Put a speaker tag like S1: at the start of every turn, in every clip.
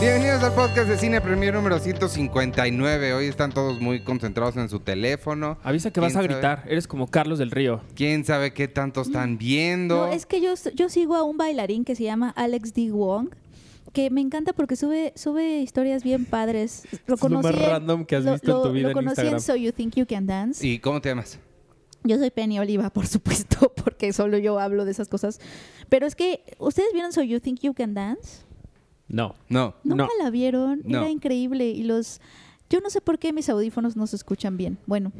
S1: Bienvenidos al podcast de Cine Premier número 159. Hoy están todos muy concentrados en su teléfono.
S2: Avisa que vas a
S1: ¿Quién sabe?
S2: gritar, eres como Carlos del Río.
S1: ¿Quién sabe qué tanto están viendo?
S3: No, es que yo, yo sigo a un bailarín que se llama Alex D. Wong, que me encanta porque sube, sube historias bien padres. Lo
S2: Es lo más
S3: conocí
S2: random que has visto en tu vida
S3: Lo
S2: en
S3: conocí
S2: Instagram.
S3: So You Think You Can Dance.
S1: ¿Y cómo te llamas?
S3: Yo soy Penny Oliva, por supuesto, porque solo yo hablo de esas cosas. Pero es que, ¿ustedes vieron So You Think You Can Dance?
S2: No.
S1: No.
S3: Nunca
S2: No.
S3: la vieron,
S1: No.
S3: era increíble. Y los... Yo no sé por qué mis audífonos no se escuchan bien. Bueno.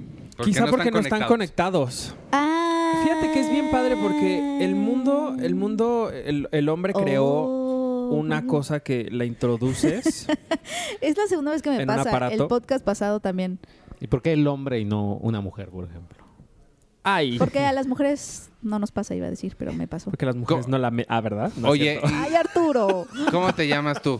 S2: Quizá porque no están conectados.
S3: Ah.
S2: Fíjate que es bien padre porque el mundo, el mundo, el, el hombre creó
S3: Ah. Oh.
S2: una cosa que la introduces.
S3: Es la segunda vez que me
S2: en un
S3: pasa.
S2: aparato.
S3: El podcast pasado también.
S4: ¿Y por qué el hombre y no una mujer, por ejemplo?
S2: Ay.
S3: Porque a las mujeres no nos pasa, iba a decir, pero me pasó.
S2: Porque las mujeres
S1: Co-
S2: no la... me- Ah, ¿verdad? No es
S1: Oye,
S2: cierto.
S3: ¡Ay, Arturo!
S1: ¿y ¿cómo te llamas tú?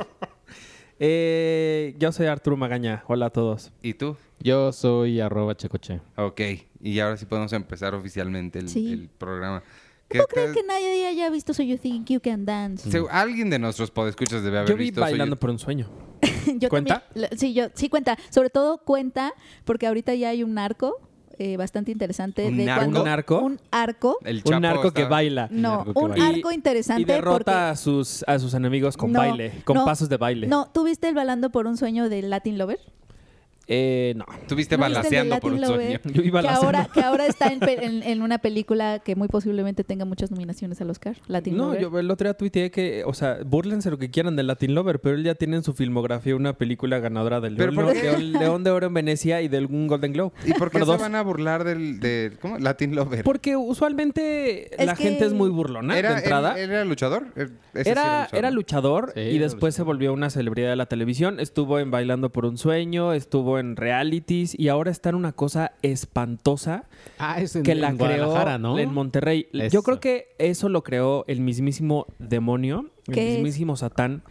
S2: Eh, yo soy Arturo Magaña. Hola a todos.
S1: ¿Y tú?
S4: Yo soy arroba checoche.
S1: Ok, y ahora sí podemos empezar oficialmente el,
S3: Sí.
S1: el programa. ¿Qué
S3: No creo
S1: tal-
S3: que nadie haya visto So You Think You Can Dance.
S1: Se- Alguien de nuestros podescuchas debe haber
S2: Yo vi
S1: visto. Soy-
S2: Bailando por un Sueño.
S3: Yo
S2: ¿Cuenta?
S3: también- la- sí, yo, sí cuenta. Sobre todo cuenta, porque ahorita ya hay un arco eh, bastante interesante.
S1: ¿Un
S3: de
S1: narco?
S3: cuando-
S2: ¿Un narco?
S3: Un arco.
S1: El
S2: Un
S1: Chapo
S2: narco que
S1: estaba-
S2: baila.
S3: No,
S4: narco que
S3: un
S4: baila.
S3: arco
S2: Y-
S3: interesante.
S2: Y derrota
S3: porque-
S2: a, sus, a sus enemigos con
S3: No,
S2: baile, con
S3: no,
S2: pasos de baile.
S3: No, ¿tú viste el balando por un sueño de Latin Lover?
S2: Eh, no.
S1: Tuviste
S3: ¿No viste el de
S1: balaseando por un
S3: Latin
S1: sueño.
S3: Lover?
S2: Yo iba
S3: que,
S2: a
S3: ahora, que ahora está en, pe- en- en una película que muy posiblemente tenga muchas nominaciones al Oscar. Latin
S2: No,
S3: Lover.
S2: yo el otro día tuiteé que, o sea, burlense lo que quieran del Latin Lover, pero él ya tiene en su filmografía una película ganadora del
S1: ¿Pero
S2: León,
S1: por qué?
S2: de un León de Oro en Venecia y de un Golden Globe.
S1: ¿Y por qué
S2: Bueno,
S1: se
S2: dos.
S1: van a burlar del, del- ¿cómo? Latin Lover?
S2: Porque usualmente
S3: Es
S2: la
S3: que-
S2: gente es muy burlona de
S1: ¿Era,
S2: entrada.
S1: él- era luchador? Eh, Ese sí
S2: Era, era luchador
S4: Sí,
S2: y
S4: era
S2: después se
S4: luchador.
S2: volvió una celebridad de la televisión. Estuvo en Bailando por un Sueño, estuvo en realities y ahora está en una cosa espantosa
S4: Ah, es en,
S2: que la
S4: en
S2: creó
S4: Guadalajara, ¿no?
S2: en Monterrey. Yo
S4: Eso.
S2: creo que eso lo creó el mismísimo demonio, el
S3: ¿Qué es?
S2: mismísimo Satán.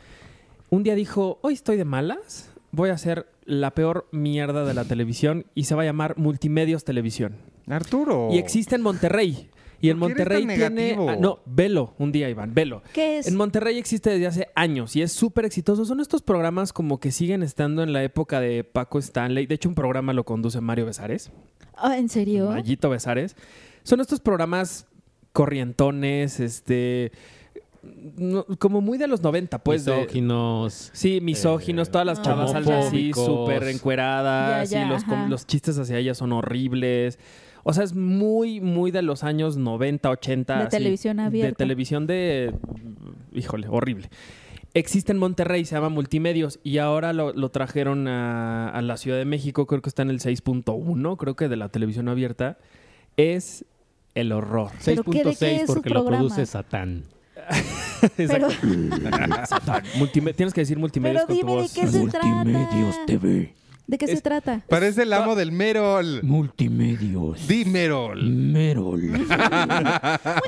S2: Un día dijo, hoy estoy de malas, voy a hacer la peor mierda de la televisión y se va a llamar Multimedios Televisión.
S1: Arturo.
S2: Y existe en Monterrey. Y en
S1: Oh. ¿Por qué eres tan
S2: Monterrey tiene...
S1: negativo?
S2: ah, no, velo, un día, Iván, velo.
S3: ¿Qué es?
S2: En Monterrey existe desde hace años y es súper exitoso. Son estos programas como que siguen estando en la época de Paco Stanley. De hecho, un programa lo conduce Mario Besares.
S3: Ah, ¿En serio?
S2: Mayito Besares. Son estos programas corrientones, este. no- como muy de los 90, pues. de-
S4: Misóginos.
S2: sí, misóginos,
S4: Eh,
S2: todas las chavas salen así,
S4: homofóbicos.
S2: súper encueradas.
S3: Ya, ya,
S2: y los, com-
S3: ajá.
S2: los chistes hacia ellas son horribles. O sea, es muy, muy de los años 90, 80.
S3: De
S2: así,
S3: televisión
S2: De
S3: abierta.
S2: televisión de. Híjole, horrible. Existe en Monterrey, se llama Multimedios, y ahora lo, lo trajeron a, a la Ciudad de México, creo que está en el 6.1, creo que de la televisión abierta. Es el horror.
S3: ¿Pero qué- de qué es
S4: 6.6
S3: su
S4: porque lo
S3: programa?
S4: produce Satán.
S3: Pero,
S2: Multime- tienes que decir multimedios
S3: pero
S2: con
S3: dime
S2: tu
S3: de
S2: voz.
S3: qué se trata.
S5: TV.
S3: ¿De qué se trata?
S1: Parece el amo del Merol.
S5: Multimedios.
S1: Di Merol.
S5: Merol.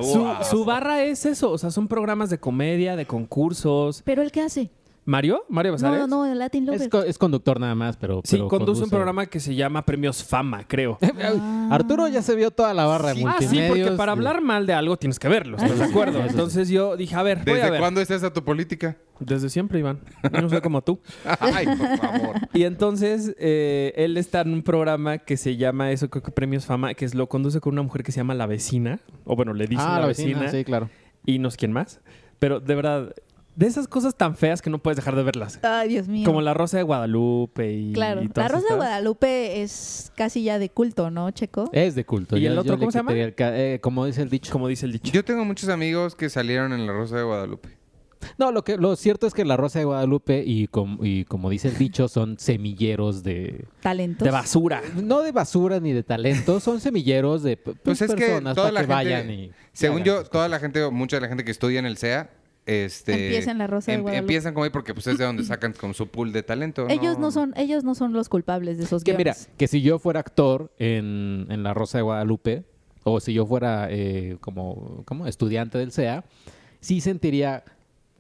S2: su, su barra es eso, o sea, son programas de comedia, de concursos.
S3: ¿Pero el qué hace?
S2: ¿Mario? ¿Mario Besares?
S3: No, no, el Latin
S4: Es,
S3: Lover.
S4: co- es conductor nada más, pero.
S2: Sí,
S4: pero
S2: conduce, un programa que se llama Premios Fama,
S3: Ah,
S2: creo.
S4: Ah. Arturo ya se vio toda la barra de
S2: Ah, sí,
S4: multimedios.
S2: porque para hablar mal de Ah, algo tienes que verlo, ¿estás de acuerdo? Entonces yo dije, a ver, voy a
S1: ¿Desde
S2: ver.
S1: cuándo es esa tu política?
S2: Desde siempre, Iván. Yo no soy como tú.
S1: Ay, por favor.
S2: Y entonces eh, él está en un programa que se llama eso, creo que Premios Fama, que es, lo conduce con una mujer que se llama La Vecina. O bueno, le dice
S4: Ah,
S2: La,
S4: la
S2: vecina,
S4: vecina, sí, claro.
S2: y no sé quién más. Pero de verdad, de esas cosas tan feas que no puedes dejar de verlas.
S3: Ay, Dios mío.
S2: Como La Rosa de Guadalupe y.
S3: Claro.
S2: y
S3: La
S2: todas
S3: Rosa de
S2: estas.
S3: Guadalupe es casi ya de culto, ¿no, Checo?
S2: Eh,
S4: Es de culto.
S2: ¿Y
S4: ya-
S2: el
S4: yo
S2: otro
S4: le
S2: cómo se llama?
S4: quitaría el ca- eh, como dice el dicho.
S2: Como dice el dicho.
S1: Yo tengo muchos amigos que salieron en La Rosa de Guadalupe.
S4: No, lo, que, lo cierto es que la Rosa de Guadalupe y, com- y como dice el dicho, son semilleros de.
S3: Talentos.
S2: De basura.
S4: eh, No de basura ni de talento, son semilleros de pues,
S1: Pues es que
S4: personas
S1: toda
S4: para
S1: la
S4: que
S1: gente-
S4: vayan y.
S1: Según
S4: hagan
S1: yo,
S4: sus
S1: toda la gente, o mucha de la gente que estudia en el CEA, este...
S3: Empieza en La Rosa de Guadalupe.
S1: Empiezan como ahí porque pues es de donde sacan como su pool de talento.
S3: Ellos no son, ellos no son los culpables de esos
S4: Que mira,
S3: guiones.
S4: que si yo fuera actor en, en La Rosa de Guadalupe, o si yo fuera eh, como, como estudiante del CEA, sí sentiría,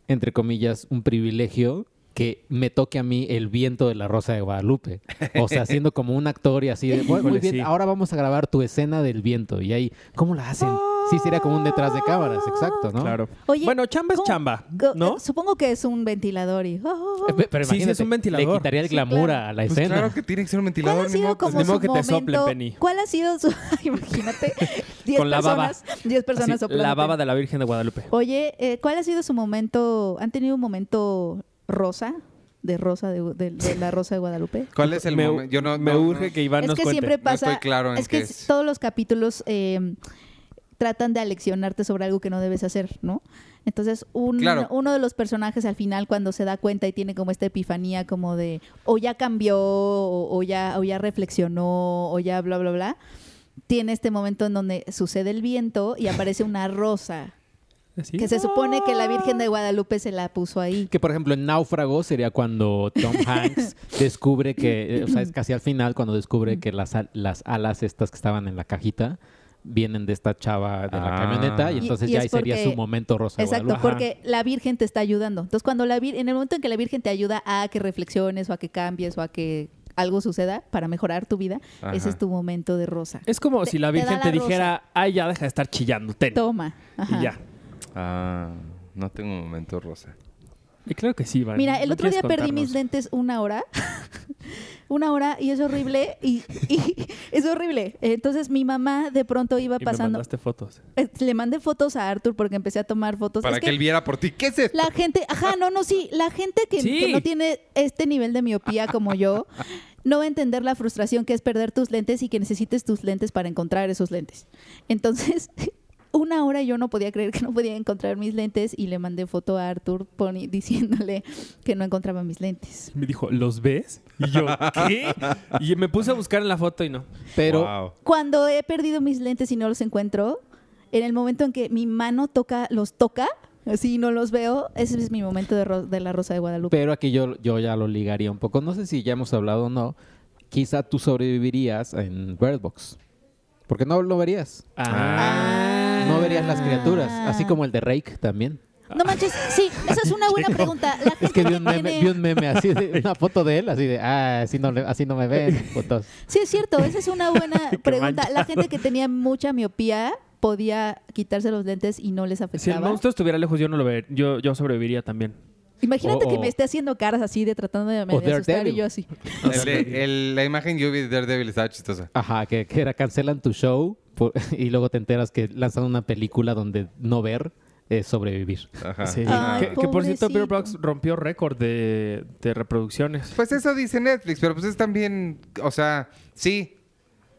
S4: entre comillas, un privilegio que me toque a mí el viento de La Rosa de Guadalupe. O sea, siendo como un actor y así de, "Bueno, muy
S2: Híjole,
S4: bien,
S2: sí.
S4: ahora vamos a grabar tu escena del viento. Y ahí, ¿cómo la hacen? sí sería como un detrás de cámaras, exacto, ¿no?
S2: Claro.
S3: Oye,
S2: bueno, chamba es
S3: ¿cómo-
S2: chamba,
S3: Co-
S2: ¿no?
S3: eh, Supongo que es un ventilador y... oh,
S4: Eh, pe- Pero
S2: Sí, sí, es
S4: imagínate,
S2: un ventilador.
S4: Le quitaría el
S3: Sí,
S4: glamour
S3: claro.
S4: a la
S1: Pues
S4: escena.
S1: claro que tiene que ser un
S3: ¿Cuál
S1: ventilador.
S3: ha
S1: ni
S3: sido
S1: modo que-
S3: como
S2: ni
S3: su
S2: modo que te
S3: momento?
S2: soplen, Penny.
S3: ¿Cuál ha sido su... Imagínate, 10
S2: Con la baba.
S3: personas, 10 personas
S2: Así,
S3: soplándote.
S2: la baba de la Virgen de Guadalupe.
S3: Oye, eh, ¿cuál ha sido su momento? ¿Han tenido un momento rosa? De rosa, de, de- de la rosa de Guadalupe.
S1: ¿Cuál es el
S2: me,
S1: momento? Yo no,
S2: me
S1: no-
S2: urge
S1: no-
S2: que Iván
S3: es
S2: nos
S3: que
S2: cuente.
S3: siempre pasa...
S1: estoy claro en
S3: es que
S1: qué
S3: s-
S1: es.
S3: todos los capítulos eh, tratan de aleccionarte sobre algo que no debes hacer, ¿no? Entonces, un-
S1: Claro.
S3: uno de los personajes al final, cuando se da cuenta y tiene como esta epifanía como de... O ya cambió, o, o ya, o ya reflexionó, o ya bla, bla, bla. Tiene este momento en donde sucede el viento y aparece una rosa.
S2: Así.
S3: Que se supone que la Virgen de Guadalupe se la puso ahí.
S4: Que por ejemplo en Náufrago sería cuando Tom Hanks descubre que, eh, o sea, es casi al final cuando descubre que las, al- las alas estas que estaban en la cajita vienen de esta chava de la
S1: Ah.
S4: camioneta y
S1: Y-
S4: entonces
S3: y
S4: ya
S3: es
S4: ahí sería
S3: porque-
S4: su momento rosa de
S3: Exacto,
S4: Guadalupe.
S3: porque la Virgen te está ayudando. Entonces, cuando la Vir- en el momento en que la Virgen te ayuda a que reflexiones o a que cambies o a que algo suceda para mejorar tu vida,
S1: Ajá.
S3: ese es tu momento de rosa.
S2: Es como
S3: Te-
S2: si la
S3: te da
S2: Virgen
S3: la
S2: te, dijera, ay, ya deja de estar chillando, ten.
S3: Toma. Ajá.
S2: Eh, Y ya.
S1: Ah, no tengo un momento rosa.
S2: Y claro que sí, Iván.
S3: Mira, el
S2: ¿No
S3: otro día
S2: quieres
S3: perdí mis
S2: contarnos?
S3: lentes una hora. una hora y es horrible. Y, y es horrible. Entonces, mi mamá de pronto iba
S2: Y me
S3: pasando.
S2: mandaste fotos.
S3: Eh, Le mandé fotos a Arthur porque empecé a tomar fotos.
S1: Para
S3: Es
S1: que, él viera por ti. ¿Qué es esto?
S3: La gente, ajá, no, no, sí, la gente que,
S2: Sí.
S3: que no tiene este nivel de miopía como yo, no va a entender la frustración que es perder tus lentes y que necesites tus lentes para encontrar esos lentes. Entonces, una hora yo no podía creer que no podía encontrar mis lentes y le mandé foto a Arthur poni- diciéndole que no encontraba mis lentes.
S2: Me dijo, ¿los ves? Y yo, ¿qué? Y me puse a buscar en la foto y no.
S4: Pero
S1: Wow.
S3: Cuando he perdido mis lentes y no los encuentro, en el momento en que mi mano toca, los toca, así y no los veo, ese es mi momento de, ro- de la Rosa de Guadalupe.
S4: Pero aquí yo, yo ya lo ligaría un poco. No sé si ya hemos hablado o no. Quizá tú sobrevivirías en Bird Box. Porque no lo verías.
S2: Ah.
S4: No verías las criaturas. Así
S3: Ah.
S4: como el de Rake también.
S3: No manches, sí, esa es una buena pregunta. La gente
S4: Es que vi un
S3: tiene-
S4: meme, vi un meme así, de, una foto de él, así de, ah, así no, le- así no me ven. putos".
S3: Sí, es cierto, esa es una buena pregunta. La
S2: manchado.
S3: gente que tenía mucha miopía podía quitarse los lentes y no les
S2: Si el
S3: afectaba.
S2: monstruo estuviera lejos, yo no lo vería. Yo, yo sobreviviría también.
S3: Imagínate
S4: O-
S3: que
S4: o-
S3: me esté haciendo caras así de tratando de,
S4: Oh. O
S3: de asustar
S4: Daredevil.
S3: y yo así.
S1: El de- el- la imagen yo vi de Daredevil estaba chistosa.
S4: Ajá, que, que era cancelan tu show por- y luego te enteras que lanzan una película donde no ver es sobrevivir.
S1: Ajá.
S2: Sí.
S1: Ah.
S2: que,
S3: Ay,
S2: que por cierto, Beer
S3: pobrecito.
S2: Box rompió récord de, de reproducciones.
S1: Pues eso dice Netflix, pero pues es también, o sea, sí,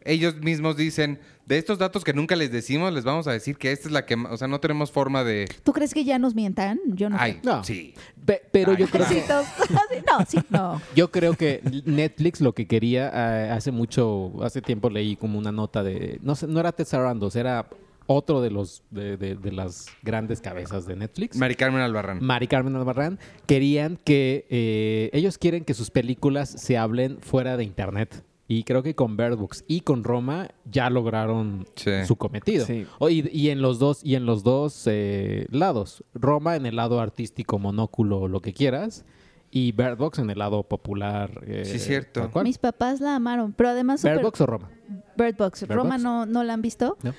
S1: ellos mismos dicen, de estos datos que nunca les decimos, les vamos a decir que esta es la que, ma- o sea, no tenemos forma de...
S3: ¿Tú crees que ya nos mientan? Yo no.
S1: Ay,
S4: No.
S1: sí.
S4: Pe- pero yo
S1: Ay,
S4: creo que...
S3: Pobrecitos. Así, no, sí, no.
S4: Yo creo que Netflix lo que quería eh, hace mucho, hace tiempo leí como una nota de, no sé, no era Ted Sarandos, era otro de los de, de- de las grandes cabezas de Netflix.
S1: Mari Carmen Albarrán.
S4: Mari Carmen Albarrán querían que eh, ellos quieren que sus películas se hablen fuera de internet. Y creo que con Bird Box y con Roma ya lograron
S1: Sí.
S4: su cometido.
S2: Sí.
S4: O- y, y en los dos, y en los dos eh, lados. Roma en el lado artístico, monóculo, lo que quieras. Y Bird Box en el lado popular. eh,
S1: Sí, cierto.
S4: tal cual.
S3: Mis papás la amaron, pero además
S4: ¿Bird
S3: super-
S4: Box o Roma?
S3: Bird Box.
S4: Bird
S3: Roma
S4: Box.
S3: no no la han visto.
S4: No.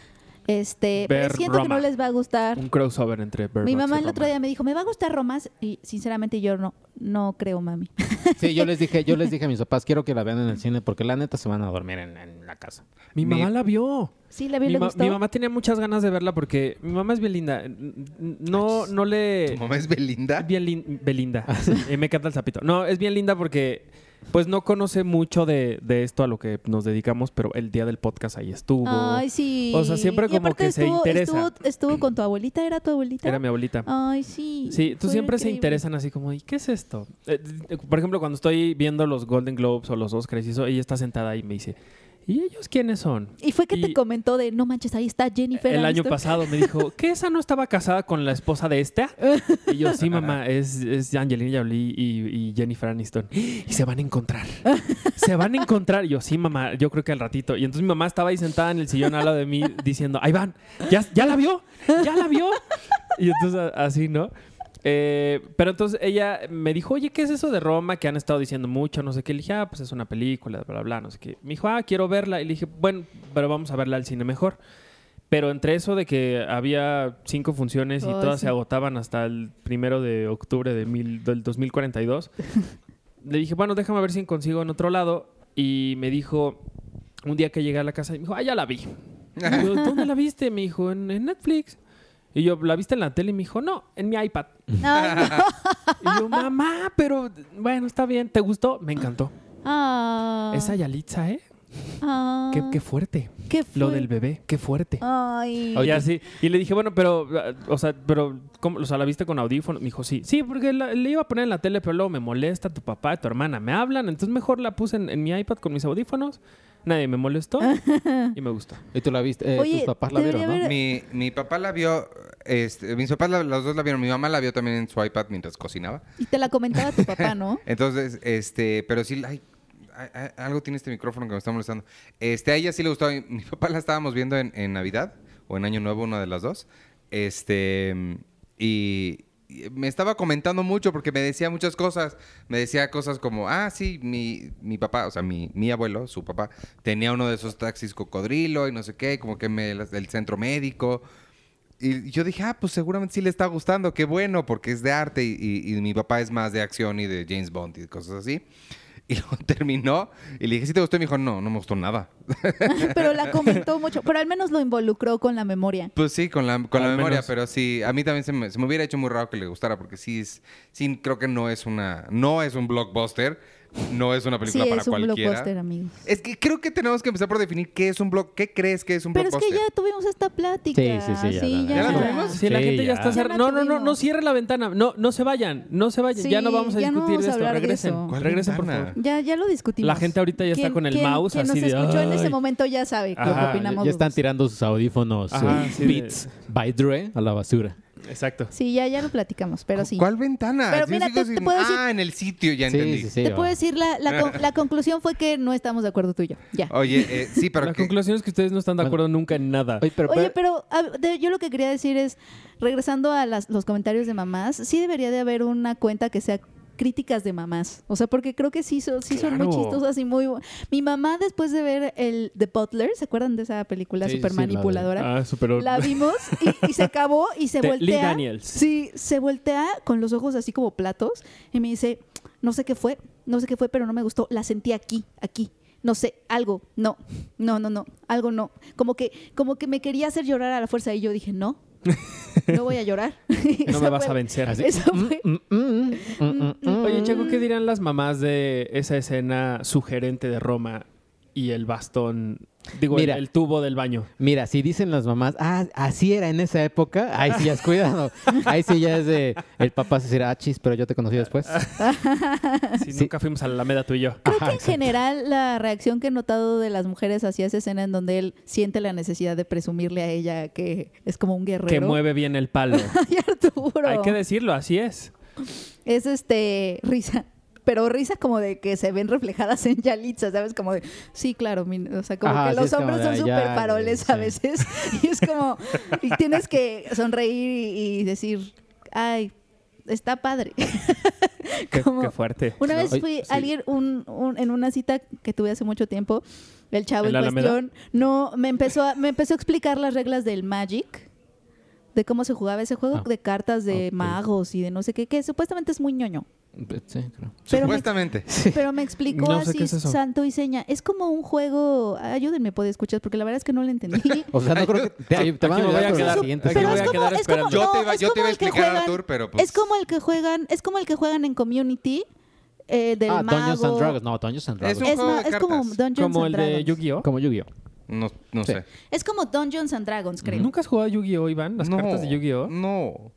S3: Este, pero
S2: Ver
S3: siento que
S2: Roma.
S3: no les va a gustar.
S2: Un crossover entre Bird Box
S3: Mi
S2: y
S3: mamá el otro
S2: Roma.
S3: día me dijo, "Me va a gustar Roma" y sinceramente yo no no creo, mami.
S4: Sí, yo les dije, yo les dije a mis papás, quiero que la vean en el cine porque la neta se van a dormir en, en la casa.
S2: Mi
S1: Mi-
S2: mamá la vio.
S3: Sí, la vi
S2: Mi,
S3: le
S2: ma-
S3: gustó.
S2: mi mamá tenía muchas ganas de verla porque mi mamá es bien linda. N- n- No, no
S1: ¿Tu
S2: le...
S1: mamá Ah, es Belinda?
S2: Bien lin- Belinda. Eh, me encanta el sapito. No, es bien linda porque pues no conoce mucho de, de esto a lo que nos dedicamos, pero el día del podcast ahí estuvo.
S3: Ay, sí.
S2: O sea, siempre
S3: Y
S2: como
S3: aparte
S2: que se interesa.
S3: Estuvo, estuvo con tu abuelita, ¿era tu abuelita?
S2: Era mi abuelita.
S3: Ay, sí.
S2: Sí, tú
S3: fue
S2: siempre se
S3: increíble.
S2: interesan así como, ¿y qué es esto? Eh, eh, por ejemplo, cuando estoy viendo los Golden Globes o los Oscars y eso, ella está sentada ahí y me dice, ¿y ellos quiénes son?
S3: Y fue que te
S2: Y-
S3: comentó de, no manches, ahí está Jennifer
S2: El año
S3: Aniston".
S2: pasado me dijo, ¿que esa no estaba casada con la esposa de esta? Y yo, sí, mamá, es, es Angelina Jolie y, y Jennifer Aniston. Y se van a encontrar. Se van a encontrar. Y yo, sí, mamá, yo creo que al ratito. Y entonces mi mamá estaba ahí sentada en el sillón al lado de mí diciendo, ahí van, ya, ya la vio, ya la vio. Y entonces a- así, ¿no? Eh, pero entonces ella me dijo, oye, ¿qué es eso de Roma que han estado diciendo mucho? No sé qué. Le dije, ah, pues es una película, bla, bla, bla, no sé qué. Me dijo, ah, quiero verla. Y le dije, bueno, pero vamos a verla al cine mejor. Pero entre eso de que había cinco funciones y
S3: Ay,
S2: todas
S3: sí.
S2: se agotaban hasta el primero de octubre de mil- del 2042, le dije, bueno, déjame ver si consigo en otro lado. Y me dijo, un día que llegué a la casa, me dijo, ah, ya la vi. Y yo, ¿Dónde la viste? Me dijo, en, en Netflix. Y yo, ¿la viste en la tele? Y me dijo, no, en mi iPad.
S3: Ay, no.
S2: Y yo, mamá, pero bueno, está bien. ¿Te gustó? Me encantó.
S3: Ah.
S2: Esa Yalitza, ¿eh?
S3: Ah.
S2: Qué, qué fuerte.
S3: ¿Qué
S2: Lo
S3: fue?
S2: del bebé, qué fuerte.
S3: Ay.
S2: Y así. Y le dije, bueno, pero, ah, o sea, pero, ¿cómo? O sea, ¿la viste con audífono? Me dijo, sí. Sí, porque la- le iba a poner en la tele, pero luego me molesta tu papá, tu hermana, me hablan. Entonces mejor la puse en, en mi iPad con mis audífonos. Nadie me molestó y me gustó.
S4: Y tú la viste, eh,
S3: Oye,
S4: tus papás la
S3: debería
S4: vieron, ¿no?
S3: haber-
S1: Mi, mi papá la vio, este, mis papás la- los dos la vieron, mi mamá la vio también en su iPad mientras cocinaba.
S3: Y te la comentaba tu papá, ¿no?
S1: Entonces, este, pero sí, ay, ay, ay, algo tiene este micrófono que me está molestando. Este, a ella sí le gustó. Mi- Mi papá la estábamos viendo en, en Navidad o en Año Nuevo, una de las dos. Este, y, y me estaba comentando mucho porque me decía muchas cosas. Me decía cosas como, ah, sí, mi, mi papá, o sea, mi, mi abuelo, su papá, tenía uno de esos taxis cocodrilo y no sé qué, como que me, las- del centro médico. Y yo dije, ah, pues seguramente sí le está gustando, qué bueno, porque es de arte y, y- y mi papá es más de acción y de James Bond y de cosas así. Y luego terminó y le dije, ¿sí te gustó? Y me dijo, no, no me gustó nada.
S3: Pero la comentó mucho. Pero al menos lo involucró con la memoria.
S1: Pues sí, con la, con la
S2: Al
S1: memoria,
S2: menos.
S1: pero sí, a mí también se me, se me hubiera hecho muy raro que le gustara, porque sí, es, sí creo que no es una, no es un blockbuster, no es una
S3: Sí,
S1: película para
S3: es un blockbuster,
S1: cualquiera.
S3: amigos.
S1: Es que creo que tenemos que empezar por definir qué es un blog, qué crees que es un
S3: Pero es que
S1: blockbuster.
S3: ya tuvimos esta plática.
S4: Sí, sí, sí, ya, ya,
S1: ya. ¿Ya la tuvimos?
S2: Si la
S4: Sí,
S2: gente ya,
S4: ya.
S2: está
S3: Ya la
S2: cerrada. No, no, no,
S3: tuvimos.
S2: no cierre la ventana. No, no se vayan, no se vayan.
S3: Sí,
S2: ya no vamos a
S3: ya no
S2: discutir
S3: vamos a
S2: de esto.
S3: hablar de
S2: Regresen.
S3: eso.
S1: ¿Cuál
S2: Regresen, por
S1: ventana?
S2: favor.
S3: Ya, ya lo discutimos.
S2: La gente ahorita ya está
S3: Quien-
S2: con el
S3: quien-
S2: mouse
S3: quien
S2: así
S3: nos
S2: de,
S3: escuchó en ese
S2: "Ay".
S3: momento ya sabe lo
S2: Ajá,
S3: que opinamos.
S4: ya están
S3: los dos.
S4: tirando sus audífonos,
S2: Ajá,
S4: sus
S2: sí, de-
S4: Beats by Dre a la basura.
S2: Exacto.
S3: Sí, ya, ya lo platicamos, pero sí.
S1: ¿Cuál ventana?
S3: Pero
S1: Yo
S3: mira,
S1: sigo
S3: te- te
S1: sin-
S3: puedo
S1: ah,
S3: decir-
S1: en el sitio, ya entendí.
S4: Sí, sí, sí.
S3: Te
S4: va.
S3: puedo decir, la, la, con- la conclusión fue que no estamos de acuerdo tú y yo. Ya.
S1: Oye, eh, sí, pero
S2: la
S1: que-
S2: conclusión es que ustedes no están de acuerdo nunca en nada.
S4: Oye, pero,
S3: Oye, pero a- de- yo lo que quería decir es, regresando a las- los comentarios de mamás, sí debería de haber una cuenta que sea críticas de mamás. O sea, porque creo que sí, son- sí son muy
S2: Claro.
S3: chistosas y muy... bu- Mi mamá, después de ver el The Butler, ¿se acuerdan de esa película
S4: Sí, sí,
S3: super
S4: sí, la de-
S3: manipuladora?
S2: ah, super.
S3: La vimos y, y se acabó y se
S2: De Lee
S3: voltea.
S2: Daniels.
S3: Sí, se voltea con los ojos así como platos y me dice, no sé qué fue, no sé qué fue, pero no me gustó. La sentí aquí, aquí. No sé, algo, no, no, no, no, algo no. Como que, como que me quería hacer llorar a la fuerza y yo dije, no, no voy a llorar.
S2: No me vas a vencer.
S4: Así.
S3: Eso fue.
S4: Mm, mm, mm, mm, mm.
S2: Oye, Chaco, ¿qué dirán las mamás de esa escena sugerente de Roma y el bastón? Digo, el-
S4: Mira.
S2: el, tubo del baño.
S4: Mira, si dicen las mamás, ah, así era en esa época, ahí sí ya es cuidado. Ahí sí ya es de, el papá se dirá, ah, chis, pero yo te conocí después.
S2: Si nunca fuimos a la Alameda tú y yo.
S3: Creo que en general la reacción que he notado de las mujeres hacia esa escena en donde él siente la necesidad de presumirle a ella que es como un guerrero.
S2: Que mueve bien el palo.
S3: Ay, Arturo.
S2: Hay que decirlo, así es.
S3: es este risa. Pero risa como de que se ven reflejadas en Yalitza, ¿sabes? Como de, sí, claro, mi- o sea, como
S4: Ajá,
S3: que
S4: sí,
S3: los
S4: es como
S3: hombres
S4: de,
S3: son
S4: "Ay,
S3: súper
S4: ya,
S3: faroles
S4: sí".
S3: a veces. Y es como, y tienes que sonreír y, y decir, ay, está padre.
S2: Qué,
S3: Como-
S2: qué fuerte.
S3: Una
S4: No,
S3: vez
S4: ay,
S3: fui
S4: sí.
S3: alguien un- un- en una cita que tuve hace mucho tiempo, el chavo
S2: ¿En
S3: en
S2: la Alameda?
S3: cuestión no me empezó a, me empezó a explicar las reglas del Magic, de cómo se jugaba ese juego
S4: Ah,
S3: de cartas de
S4: ok.
S3: magos y de no sé qué, que supuestamente es muy ñoño.
S4: Sí, creo.
S3: Pero me-
S1: supuestamente.
S3: Pero me explicó
S2: Pues, No sé
S3: así,
S2: qué es eso.
S3: santo y seña. Es como un juego. Ayúdenme, puede escuchar, porque la verdad es que no lo entendí.
S4: O sea, no creo que te, te van a
S2: Aquí me voy
S4: ayudar
S2: a
S4: con la
S2: quedar.
S4: siguiente.
S2: Aquí
S3: pero
S2: me
S3: es
S2: voy a
S3: como,
S2: quedar
S3: es como,
S2: esperando.
S1: Yo te
S3: no,
S1: iba-
S3: es
S1: yo te
S3: como
S1: iba a
S3: el que
S1: explicar,
S3: juegan-
S1: Artur, pero, pues-
S3: Es como el que juegan, es como el que juegan en Community eh, del
S4: ah,
S3: mago.
S4: Dungeons and Dragons. No, Dungeons and
S1: Es
S4: Dragons.
S1: un
S3: Es,
S1: juego
S3: ma-
S1: de
S3: es como
S1: cartas.
S3: Dungeons
S2: Como el
S3: and
S2: de
S3: Dragons.
S2: Yu-Gi-Oh.
S4: Como Yu-Gi-Oh.
S1: No, no
S4: Sí.
S1: sé.
S3: Es como Dungeons and Dragons, creo.
S2: ¿Nunca has jugado a Yu-Gi-Oh, Iván? Las
S1: no, Mm.
S2: cartas de Yu-Gi-Oh.
S1: No,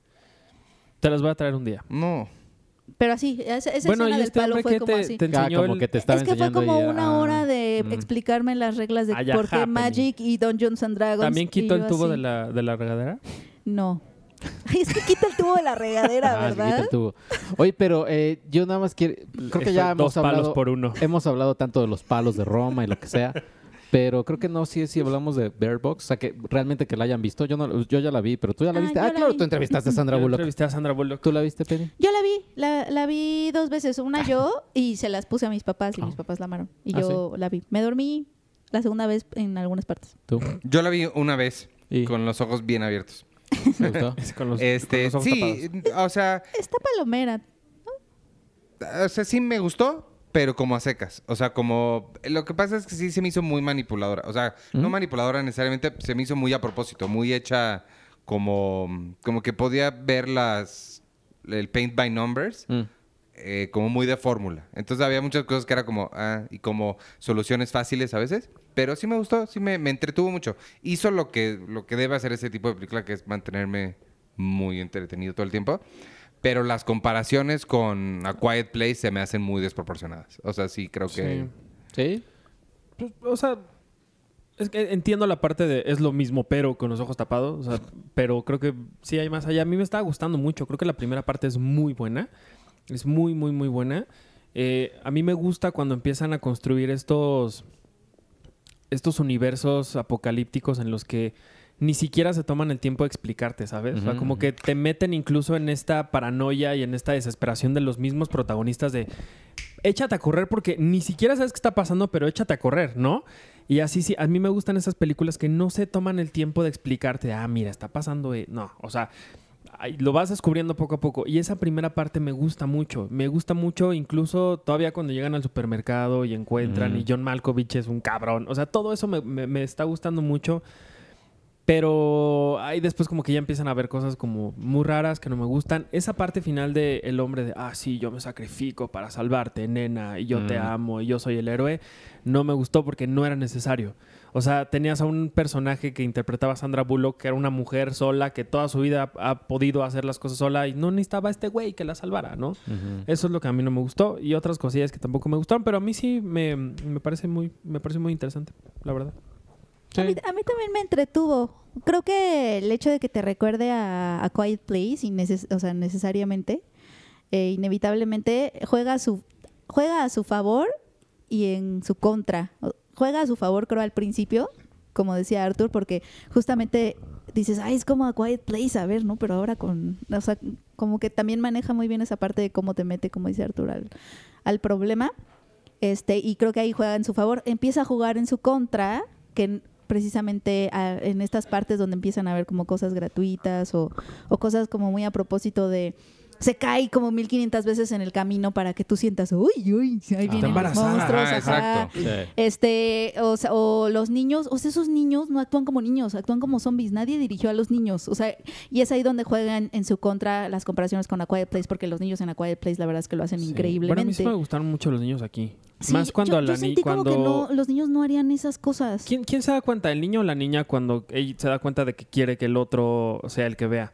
S2: Te las voy a traer un día.
S1: no.
S3: Pero así, esa, esa
S2: bueno, y
S3: escena del
S2: este
S3: palo
S2: hombre
S3: fue
S2: que
S3: como
S2: te,
S3: así.
S2: te
S4: Ah,
S2: enseñó
S4: como
S2: el-
S4: que te estaba
S3: es que fue
S4: enseñando
S3: como
S4: y-
S3: una
S4: ah,
S3: hora de
S4: mm.
S3: explicarme las reglas de
S2: Ah, ya,
S3: por qué
S2: happening.
S3: Magic y Dungeons and Dragons.
S2: ¿También
S3: y
S2: quitó el
S3: yo
S2: tubo
S3: así,
S2: de la, de la regadera?
S3: No. Ay, es que quita el tubo de la regadera,
S4: Ah, sí, quita
S3: ¿verdad?
S4: el tubo. Oye, pero eh, yo nada más quiero. Creo que
S2: Está
S4: ya
S2: dos
S4: hemos
S2: palos
S4: hablado.
S2: por uno.
S4: Hemos hablado tanto de los palos de Roma y lo que sea. Pero creo que no, sí, sí hablamos de Bear Box. O sea, que realmente que la hayan visto. Yo, no, yo ya la vi, pero tú ya la
S3: Ah,
S4: viste.
S3: yo
S4: Ah,
S3: la
S4: claro,
S3: vi.
S4: tú entrevistaste a Sandra
S2: Yo
S4: Bullock.
S2: entrevisté a Sandra Bullock.
S4: ¿Tú la viste, Penny?
S3: Yo la vi, la, la vi dos veces. Una yo y se las puse a mis papás y mis
S2: Oh.
S4: Ah.
S3: papás la amaron. Y
S4: Ah,
S3: yo la vi. Me dormí la segunda vez en algunas partes.
S4: ¿Tú?
S1: Yo la vi una vez.
S2: Y
S1: Con los ojos bien abiertos.
S4: ¿Te gustó?
S2: es con los- con
S1: Este,
S2: los ojos
S1: sí, o sea,
S3: Está palomera.
S1: o sea, sí me gustó, pero como a secas. O sea, como. Lo que pasa es que sí se me hizo muy manipuladora. O sea, no manipuladora necesariamente, se me hizo muy a propósito, muy hecha como. Como que podía ver las. El paint by numbers.
S4: Mm.
S1: eh, como muy de fórmula. Entonces había muchas cosas que era como, ah, y como soluciones fáciles a veces. Pero sí me gustó, sí me, me entretuvo mucho. Hizo lo que, lo que debe hacer ese tipo de película, que es mantenerme muy entretenido todo el tiempo. Pero las comparaciones con A Quiet Place se me hacen muy desproporcionadas. O sea, sí creo que...
S2: Sí.
S4: ¿Sí?
S2: Pues, o sea, es que entiendo la parte de es lo mismo, pero con los ojos tapados. O sea, pero creo que sí hay más allá. A mí me estaba gustando mucho. Creo que la primera parte es muy buena. Es muy, muy, muy buena. Eh, a mí me gusta cuando empiezan a construir estos, estos universos apocalípticos en los que ni siquiera se toman el tiempo de explicarte, ¿sabes? O sea,
S4: Ujú,
S2: como
S4: ujú.
S2: que te meten incluso en esta paranoia y en esta desesperación de los mismos protagonistas de échate a correr porque ni siquiera sabes qué está pasando, pero échate a correr, ¿no? Y así sí, a mí me gustan esas películas que no se toman el tiempo de explicarte, ah, mira, está pasando, eh. no, o sea, ay, lo vas descubriendo poco a poco. Y esa primera parte me gusta mucho, me gusta mucho incluso todavía cuando llegan al supermercado y encuentran
S4: Ujú.
S2: y John Malkovich es un cabrón, o sea, todo eso me, me- me está gustando mucho. Pero ahí después como que ya empiezan a ver cosas como muy raras que no me gustan. Esa parte final de el hombre de, ah, sí, yo me sacrifico para salvarte, nena, y yo te
S4: Mm.
S2: amo, y yo soy el héroe, no me gustó porque no era necesario. O sea, tenías a un personaje que interpretaba a Sandra Bullock, que era una mujer sola, que toda su vida ha, ha podido hacer las cosas sola y no necesitaba a este güey que la salvara, ¿no?
S4: Ujú.
S2: Eso es lo que a mí no me gustó y otras cosillas que tampoco me gustaron, pero a mí sí me, me parece muy me parece muy interesante, la verdad.
S3: A, mí, a mí también me entretuvo. Creo que el hecho de que te recuerde a, a Quiet Place, inneces- o sea, necesariamente, eh, inevitablemente juega a su juega a su favor y en su contra. O- Juega a su favor, creo, al principio, como decía Arthur, porque justamente dices, ay, es como a Quiet Place, a ver, ¿no? Pero ahora con, o sea, como que también maneja muy bien esa parte de cómo te mete, como dice Arthur, al, al problema. Este, y creo que ahí juega en su favor. Empieza a jugar en su contra, que n- precisamente a- en estas partes donde empiezan a ver como cosas gratuitas o, o cosas como muy a propósito de se cae como 1500 veces en el camino para que tú sientas, uy, uy, ahí vienen los
S2: embarazada".
S1: Ajá,
S3: monstruos. ajá".
S1: exacto.
S4: Sí.
S3: Este, o, sea, o los niños, o sea, esos niños no actúan como niños, actúan como zombies. Nadie dirigió a los niños. O sea, y es ahí donde juegan en su contra las comparaciones con A Quiet Place, porque los niños en A Quiet Place, la verdad es que lo hacen increíblemente.
S2: Bueno, a mí sí me gustaron mucho los niños aquí.
S3: Sí,
S2: Más cuando
S3: yo,
S2: a la
S3: yo
S2: ni-
S3: sentí como que
S2: cuando-
S3: no, los niños no harían esas cosas.
S2: ¿Quién, quién se da cuenta, el niño o la niña, cuando él se da cuenta de que quiere que el otro sea el que vea?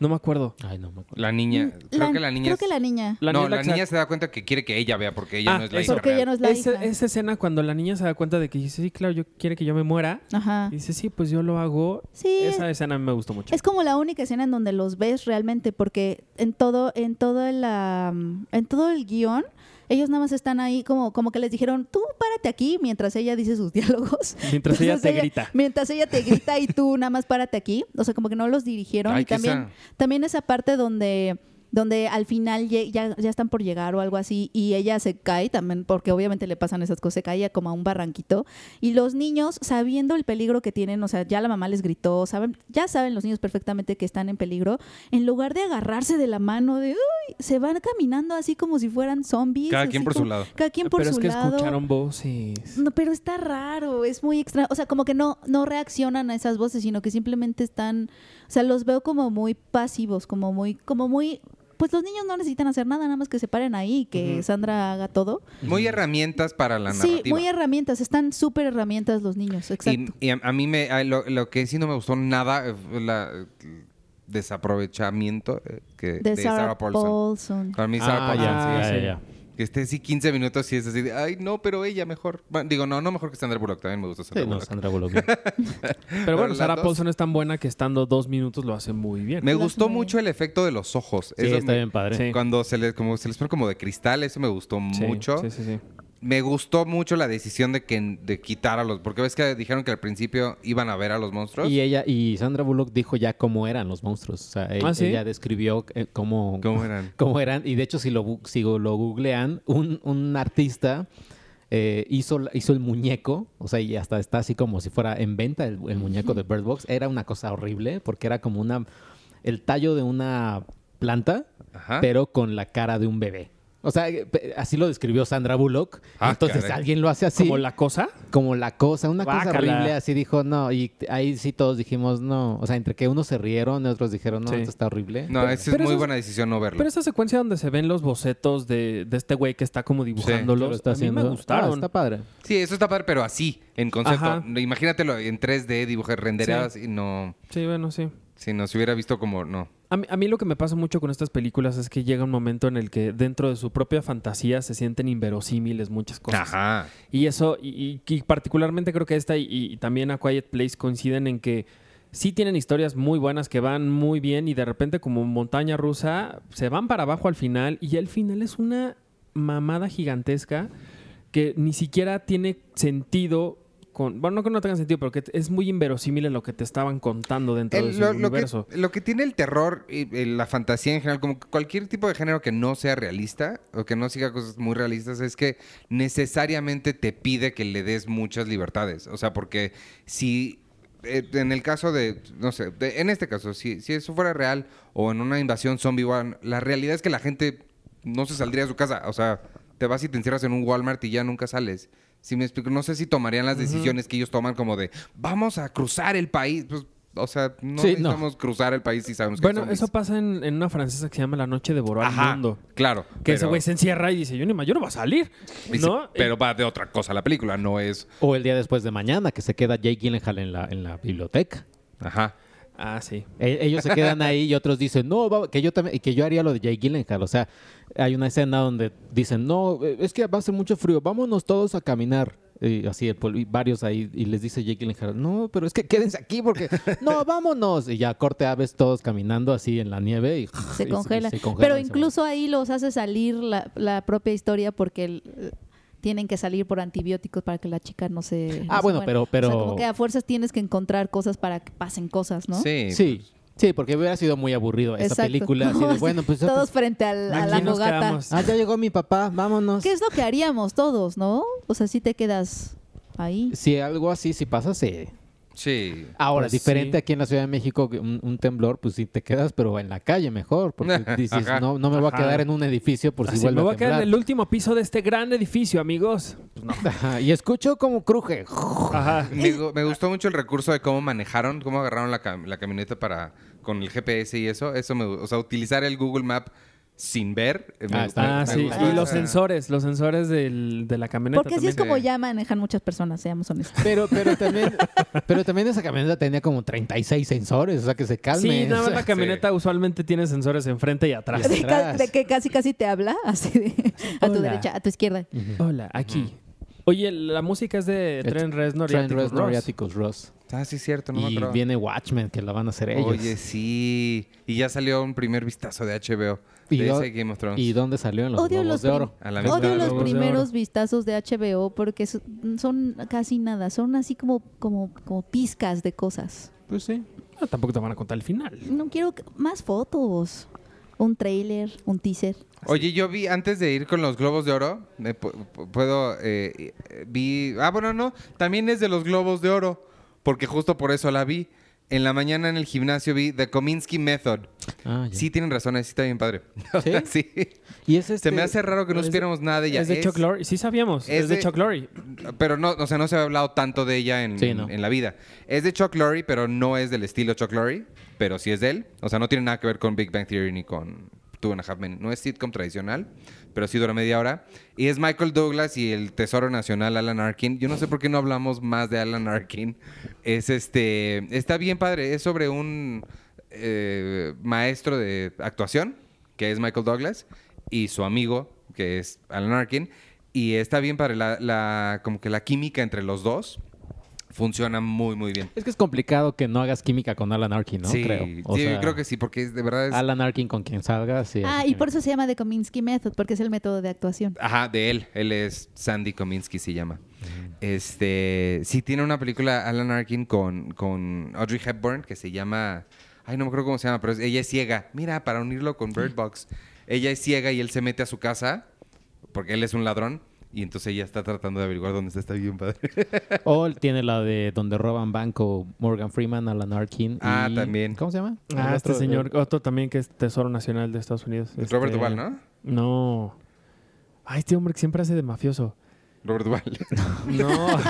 S2: No me acuerdo.
S4: Ay, no me acuerdo.
S1: La niña... creo que la niña...
S3: Creo
S1: es-
S3: que Mm, la niña.
S2: La
S1: no,
S2: niña
S1: la
S2: que se-
S1: niña se da cuenta que quiere que ella vea porque ella
S2: Ah,
S1: no es la
S2: eso.
S1: hija
S3: Porque
S1: real.
S3: ella no es la
S2: Ese-
S3: hija.
S2: esa escena cuando la niña se da cuenta de que dice, sí, claro, yo quiere que yo me muera.
S3: Ajá.
S2: y Dice, sí, pues yo lo hago.
S3: Ah. Sí, es-
S2: Esa escena a mí me gustó mucho.
S3: Es como la única escena en donde los ves realmente, porque en todo, en todo la, en todo el guión, ellos nada más están ahí como, como que les dijeron, tú párate aquí mientras ella dice sus diálogos.
S2: Mientras ella
S3: Entonces
S2: te grita.
S3: Mientras ella te grita y tú nada más párate aquí. O sea, como que no los dirigieron.
S1: Ay,
S3: y
S1: qué
S3: también,
S1: sa-
S3: también esa parte donde donde al final ye- ya, ya están por llegar o algo así y ella se cae también porque obviamente le pasan esas cosas, se cae como a un barranquito y los niños sabiendo el peligro que tienen, o sea, ya la mamá les gritó, saben, ya saben los niños perfectamente que están en peligro, en lugar de agarrarse de la mano de, uy, se van caminando así como si fueran zombies.
S1: Cada
S3: así
S1: quien por
S3: como-
S1: su lado.
S3: Cada quien por
S2: Pero
S3: su
S2: es que
S3: lado.
S2: escucharon voces.
S3: No, pero está raro, es muy extraño. O sea, como que no, no reaccionan a esas voces, sino que simplemente están. O sea, los veo como muy pasivos, como muy, como muy. Pues los niños no necesitan hacer nada, nada más que se paren ahí y que Sandra haga todo.
S1: Muy herramientas para la narrativa.
S3: Sí, muy herramientas, están súper herramientas los niños, exacto.
S1: Y, y a, a mí me, a lo, lo que sí no me gustó nada eh, fue la el desaprovechamiento eh, que, de, Sarah, Paulson.
S3: Paulson.
S1: Para mí Sarah
S4: Ah,
S1: Paulson.
S4: ya,
S2: Ah,
S4: sí, ya,
S2: sí.
S4: ya,
S1: Que esté así 15 minutos y es así de, ay, no, pero ella mejor. Bueno, digo, no, no mejor que Sandra Bullock. También me gusta
S4: ya.
S1: Sandra
S4: Sí, no,
S1: Bullock.
S4: Sandra Bullock.
S2: Pero
S1: Pero
S2: bueno,
S1: las
S2: Sarah
S1: dos-
S2: Paulson es tan buena que estando dos minutos lo hace muy bien.
S1: Me
S3: Las
S1: gustó
S3: muy
S1: mucho el efecto de los ojos.
S4: Sí,
S1: Eso
S4: está
S1: me-
S4: bien padre.
S2: Sí.
S1: Cuando se les, como, se les pone como de cristal, eso me gustó
S2: Sí,
S1: mucho.
S2: Sí, sí, sí.
S1: Me gustó mucho la decisión de que de quitar a los... Porque ves que dijeron que al principio iban a ver a los monstruos.
S4: Y ella y Sandra Bullock dijo ya cómo eran los monstruos. O sea, e-
S2: ¿Ah, sí?
S4: ella describió eh, cómo,
S1: ¿Cómo eran?
S4: cómo eran. Y de hecho, si lo, bu- si lo googlean, un, un artista eh, hizo, la- hizo el muñeco, o sea, y hasta está así como si fuera en venta el, el muñeco de Bird Box. Era una cosa horrible porque era como una el tallo de una planta,
S1: Ajá.
S4: pero con la cara de un bebé. O sea, eh, pe- así lo describió Sandra Bullock.
S1: Ah,
S4: Entonces
S1: caray.
S4: alguien lo hace así.
S2: Como la cosa.
S4: como la cosa, una cosa
S2: Guácala.
S4: horrible, así dijo, no, y t- ahí sí todos dijimos, no, o sea, entre que unos se rieron y otros dijeron, no,
S2: Sí.
S4: esto está horrible.
S1: No, esa
S2: Pero-
S1: es
S2: pero
S1: muy
S2: eso es-
S1: buena decisión no verlo.
S2: Pero esa secuencia donde se ven los bocetos de, de este güey que está como dibujándolos,
S4: Lo está
S2: a mí
S4: haciendo.
S2: me gustaron.
S4: Ah, está padre.
S1: Sí, eso está padre, pero así, en concepto.
S2: Ajá.
S1: Imagínatelo en 3D, dibujar rendereado, y no...
S2: Sí, bueno, sí.
S1: Si nos hubiera visto como... No.
S2: A mí, a mí lo que me pasa mucho con estas películas es que llega un momento en el que dentro de su propia fantasía se sienten inverosímiles muchas cosas.
S1: Ajá.
S2: Y eso, y, y- y particularmente creo que esta y, y también A Quiet Place coinciden en que sí tienen historias muy buenas que van muy bien y de repente como montaña rusa se van para abajo al final y el final es una mamada gigantesca que ni siquiera tiene sentido. Con, bueno, no que no tenga sentido, pero que es muy inverosímil en lo que te estaban contando dentro de
S1: El-
S2: su
S1: lo, lo que,
S2: universo.
S1: lo que tiene el terror y y la fantasía en general, como que cualquier tipo de género que no sea realista o que no siga cosas muy realistas, es que necesariamente te pide que le des muchas libertades. O sea, porque si eh, en el caso de, no sé, de- en este caso, si, si eso fuera real o en una invasión zombie, bueno, la realidad es que la gente no se saldría de su casa. O sea, te vas y te encierras en un Walmart y ya nunca sales. Si me explico, no sé si tomarían las decisiones que ellos toman como de vamos a cruzar el país. Pues, o sea, no
S4: Sí, no.
S1: necesitamos cruzar el país si sabemos que
S2: Bueno,
S1: hay zombies.
S2: eso pasa en, en una francesa que se llama La Noche Devoró al
S1: Ajá,
S2: Mundo.
S1: Claro.
S2: Que ese güey se encierra y dice, yo ni mayor va a salir.
S1: dice,
S2: ¿no?
S1: Pero va de otra cosa la película, no es.
S4: O el día después de mañana, que se queda Jake Gyllenhaal en la, en la biblioteca.
S1: Ajá.
S2: Ah, sí.
S4: E- Ellos se quedan ahí y otros dicen, no, va- que yo también, y que yo haría lo de Jake Gyllenhaal. O sea, hay una escena donde dicen, no, eh, es que va a hacer mucho frío, vámonos todos a caminar. Y así, el pol- y varios ahí, y les dice Jake Gyllenhaal, no, pero es que quédense aquí porque, no, vámonos. Y ya corte aves todos caminando así en la nieve y y
S3: se congela.
S4: se congelan,
S3: Pero
S4: se
S3: incluso ahí los hace salir la, la propia historia porque el- eh, tienen que salir por antibióticos para que la chica no se. no
S4: Ah,
S3: se
S4: bueno,
S3: muera.
S4: pero-
S3: O
S4: pero-
S3: sea, como que a fuerzas tienes que encontrar cosas para que pasen cosas, ¿no?
S1: Sí.
S4: Sí, sí, porque hubiera sido muy aburrido esa
S3: Exacto.
S4: película. así de, bueno, pues
S3: Todos frente al- a la
S2: Aquí nos
S3: fogata.
S2: quedamos.
S4: ah, ya llegó mi papá, vámonos.
S3: ¿Qué es lo que haríamos todos, no? O sea, si te quedas ahí.
S4: Si algo así, si pasa, sí.
S1: Sí.
S4: Ahora,
S2: Pues
S4: diferente
S2: sí.
S4: aquí en la Ciudad de México, que un, un temblor, pues sí te quedas, pero en la calle mejor, porque dices,
S1: Ajá.
S4: no, no me voy a
S2: Ajá.
S4: quedar en un edificio por si
S2: Así,
S4: vuelve
S2: me voy
S4: a
S2: a quedar en
S4: temblar.
S2: el último piso de este gran edificio, amigos.
S4: Ajá, Y escucho como cruje.
S2: Ajá.
S1: Me, gu- me gustó mucho el recurso de cómo manejaron, cómo agarraron la, cam- la camioneta para con el GPS y eso. Eso me, gu- o sea, utilizar el Google Map sin ver. eh, me-
S4: Ah, está-
S1: me-
S2: Ah,
S1: me
S2: sí.
S1: gustó
S2: Y los
S1: esa-
S2: sensores, los sensores del- de la camioneta.
S3: Porque así
S2: también.
S3: es como
S1: Sí.
S3: ya manejan muchas personas, seamos honestos.
S4: Pero, pero también, pero también esa camioneta tenía como 36 sensores, o sea que se calme.
S2: Sí, nada más
S4: o sea,
S2: la camioneta usualmente tiene sensores enfrente y atrás.
S3: De, ca- de que casi casi te habla, así de a tu
S2: Hola.
S3: derecha, a tu izquierda.
S2: Hola, aquí. Oye, la música es de
S4: Es
S2: Trent Reznor y
S4: Trent
S2: Atticus
S4: Reznor y
S2: Ross.
S4: Atticus Ross.
S1: Ah, sí, cierto, no me
S4: y
S1: acuerdo.
S4: viene Watchmen, que la van a hacer ellos.
S1: Oye, sí. Y ya salió un primer vistazo de HBO.
S4: Y
S1: de
S4: yo-
S1: ese Game of Thrones.
S4: ¿Y dónde salió en los
S3: Odio los
S4: Globos de
S3: prim-
S4: Oro?
S1: A la misma
S3: Odio
S1: vez.
S3: los
S2: Globos de
S3: primeros
S2: Oro.
S3: vistazos de HBO porque so- son casi nada, son así como, como, como pizcas de cosas.
S4: Pues sí.
S2: Ah, tampoco te van a contar el final.
S3: No quiero que- más fotos, un trailer, un teaser.
S1: Oye, yo vi, antes de ir con los globos de oro, me pu- pu- puedo, eh, eh, vi, ah, bueno, no, también es de los globos de oro, porque justo por eso la vi. En la mañana en el gimnasio vi The Kominsky Method.
S4: Ah, ya.
S1: Sí, tienen razón, sí está bien padre.
S4: ¿Sí?
S1: sí.
S4: Y es
S1: Se
S4: este-
S1: me hace raro que no
S2: es de-
S1: supiéramos nada de ella.
S2: Es de Chuck Lorre. Sí sabíamos. Es,
S1: es
S2: de
S1: de-
S2: Chuck Lorre.
S1: Pero no, o sea, no se ha hablado tanto de ella en,
S4: Sí, no.
S1: en la vida. Es de Chuck Lorre, pero no es del estilo Chuck Lorre, pero sí es de él. O sea, no tiene nada que ver con Big Bang Theory ni con Two and a Half Men. No es sitcom tradicional, pero sí dura media hora. Y es Michael Douglas y el Tesoro Nacional Alan Arkin. Yo no sé por qué no hablamos más de Alan Arkin. Es este, está bien padre. Es sobre un eh, maestro de actuación que es Michael Douglas y su amigo que es Alan Arkin. Y está bien padre, la, la- como que la química entre los dos funciona muy, muy bien.
S4: Es que es complicado que no hagas química con Alan Arkin, ¿no?
S1: sí,
S4: creo. O
S1: sí,
S4: sea,
S1: creo que sí, porque es- de verdad es...
S4: Alan Arkin con quien salga, sí.
S3: Ah,
S4: hace
S3: y por
S4: química.
S3: eso se llama The Kominsky Method, porque es el método de actuación.
S1: Ajá, de él. Él es Sandy Kominsky, se llama. Este, sí tiene una película Alan Arkin con, con Audrey Hepburn que se llama, ay, no me acuerdo cómo se llama, pero es- ella es ciega. Mira,
S4: Mm.
S1: para unirlo con Bird Box, ella es ciega y él se mete a su casa porque él es un ladrón Y entonces ella está tratando de averiguar dónde está, está bien padre.
S4: O tiene la de donde roban banco Morgan Freeman, Alan Arkin.
S1: Ah,
S4: y-
S1: también.
S4: ¿Cómo se llama?
S2: Ah,
S4: El
S2: este
S4: otro,
S2: señor,
S4: eh,
S2: otro también que es Tesoro Nacional de Estados Unidos.
S1: Robert
S2: Este,
S1: Duval, ¿no?
S2: No. Ay, este hombre que siempre hace de mafioso.
S1: Robert Duval.
S2: No.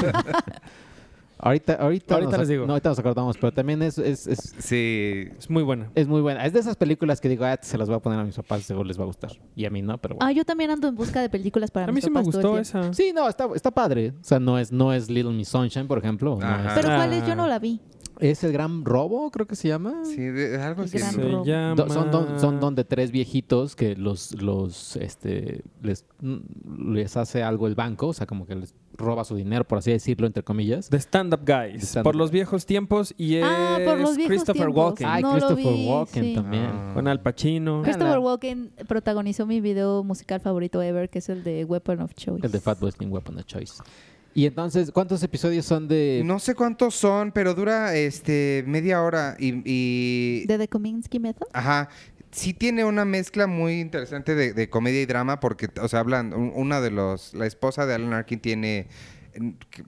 S4: Ahorita, ahorita,
S2: Ahorita
S4: nos,
S2: les digo.
S4: No, ahorita nos acordamos, pero también es, es, es,
S1: sí.
S2: es muy buena.
S4: es muy buena. Es de esas películas que digo, ah, se las voy a poner a mis papás, seguro les va a gustar. Y a mí no, pero bueno.
S3: Ah, yo también ando en busca de películas para
S2: A mí
S3: mis
S2: sí me
S3: papás todo el
S2: gustó
S3: tiempo.
S2: esa.
S4: Sí, no, está, está padre. O sea, no es, no es Little Miss Sunshine, por ejemplo. no
S1: Ajá.
S4: es,
S3: Pero ¿cuál es? Yo no la vi.
S4: es el gran robo, creo que se llama.
S1: Sí, de- algo así.
S3: Gran
S2: Se
S1: ¿no?
S3: Robo.
S2: llama...
S4: Do- son, don- son donde tres viejitos que los, los, este, les, mm, les hace algo el banco, o sea, como que les roba su dinero, por así decirlo, entre comillas.
S2: The Stand Up Guys.
S4: The Stand
S2: por
S4: Up
S2: los viejos tiempos y es
S3: Ah, por los viejos
S2: Christopher
S3: tiempos.
S2: Walken.
S4: Ay,
S3: No lo
S4: Christopher
S3: vi,
S4: Walken
S3: sí.
S4: también.
S1: Ah.
S2: Con Al Pacino.
S4: la-
S3: Christopher Walken protagonizó mi video musical favorito ever, que es el de Weapon of Choice.
S4: El de Fatboy Slim Weapon of Choice. Y entonces, ¿cuántos episodios son de...?
S1: No sé cuántos son, pero dura este media hora y, y-
S3: ¿De The Kominsky Method?
S1: ajá. Sí tiene una mezcla muy interesante de, de comedia y drama porque, o sea, hablan un- una de los la esposa de Alan Arkin tiene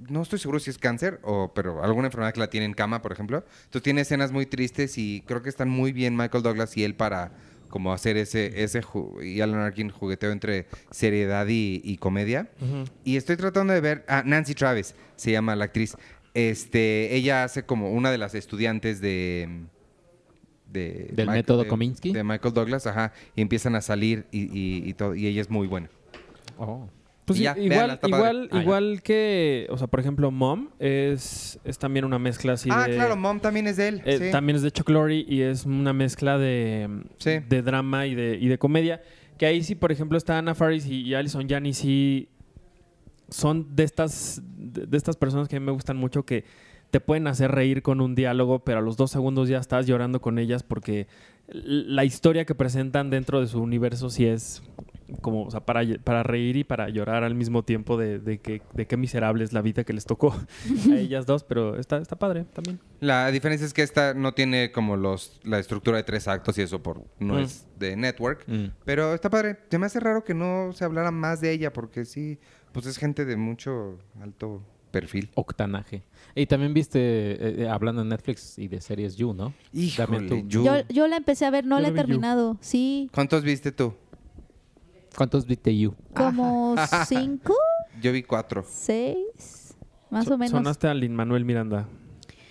S1: no estoy seguro si es cáncer o pero alguna enfermedad que la tiene en cama, por ejemplo. Entonces tiene escenas muy tristes y creo que están muy bien Michael Douglas y él para como hacer ese ese ju- y Alan Arkin jugueteo entre seriedad y, y comedia.
S2: Ujú.
S1: Y estoy tratando de ver. Ah, Nancy Travis se llama la actriz. Este, ella hace como una de las estudiantes de. de
S4: Del método
S1: de-
S4: Kominsky.
S1: De Michael Douglas, ajá. Y empiezan a salir y, y- y todo. Y ella es muy buena.
S4: Oh.
S2: Pues
S1: Y
S2: i-
S1: ya,
S2: igual,
S1: véanla, está padre.
S2: igual,
S4: Ah, ya.
S2: igual que, o sea, por ejemplo, Mom es, es también una mezcla así
S1: ah,
S2: de-
S1: claro, Mom también es de él.
S2: eh,
S1: sí.
S2: También es de Chuck Lorre y es una mezcla de,
S1: Sí.
S2: de drama y de, y de comedia. Que ahí sí, por ejemplo, está Anna Faris y, y Alison Janney sí son de estas, de, de estas personas que a mí me gustan mucho que te pueden hacer reír con un diálogo, pero a los dos segundos ya estás llorando con ellas porque l- la historia que presentan dentro de su universo sí es como o sea, para, ll- para reír y para llorar al mismo tiempo de, de que, de qué miserable es la vida que les tocó a ellas dos, pero está, está padre también.
S1: La diferencia es que esta no tiene como los la estructura de tres actos y eso por no
S2: Mm.
S1: es de network.
S4: Mm.
S1: Pero está padre. Se me hace raro que no se hablara más de ella porque sí, pues es gente de mucho alto perfil.
S4: Octanaje. Y también viste, eh, eh, hablando de Netflix y de series You, ¿no?
S1: Híjole,
S4: También tú.
S1: Yu.
S3: Yo, yo la empecé a ver, no
S2: Yo
S3: la
S2: la
S3: he
S2: vi yo.
S3: terminado. Sí,
S1: ¿Cuántos viste tú?
S4: ¿Cuántos viste You?
S3: como cinco,
S1: Yo vi cuatro.
S3: seis, más
S2: So-
S3: o menos.
S2: Sonaste a Lin Manuel Miranda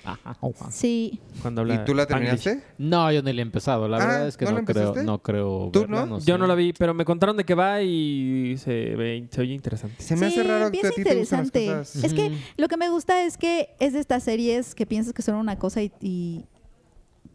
S4: Ajá. Oh, wow.
S3: Sí,
S2: cuando habla.
S1: ¿Y tú la
S2: Spanglish.
S1: terminaste?
S4: No, yo ni le he empezado. La
S1: Ah,
S4: verdad es que
S1: ¿no
S4: no,
S1: la
S4: creo,
S1: empezaste?
S4: no creo.
S1: ¿Tú
S4: verla,
S1: no?
S2: Yo
S4: sé.
S2: no la vi, pero me contaron de qué va y se, ve, se oye interesante.
S1: Se me
S3: Sí,
S1: hace raro que a
S3: empieza
S1: ti te gustan las
S3: interesante.
S1: cosas.
S3: Es que lo que me gusta es que es de estas series que piensas que son una cosa y, y,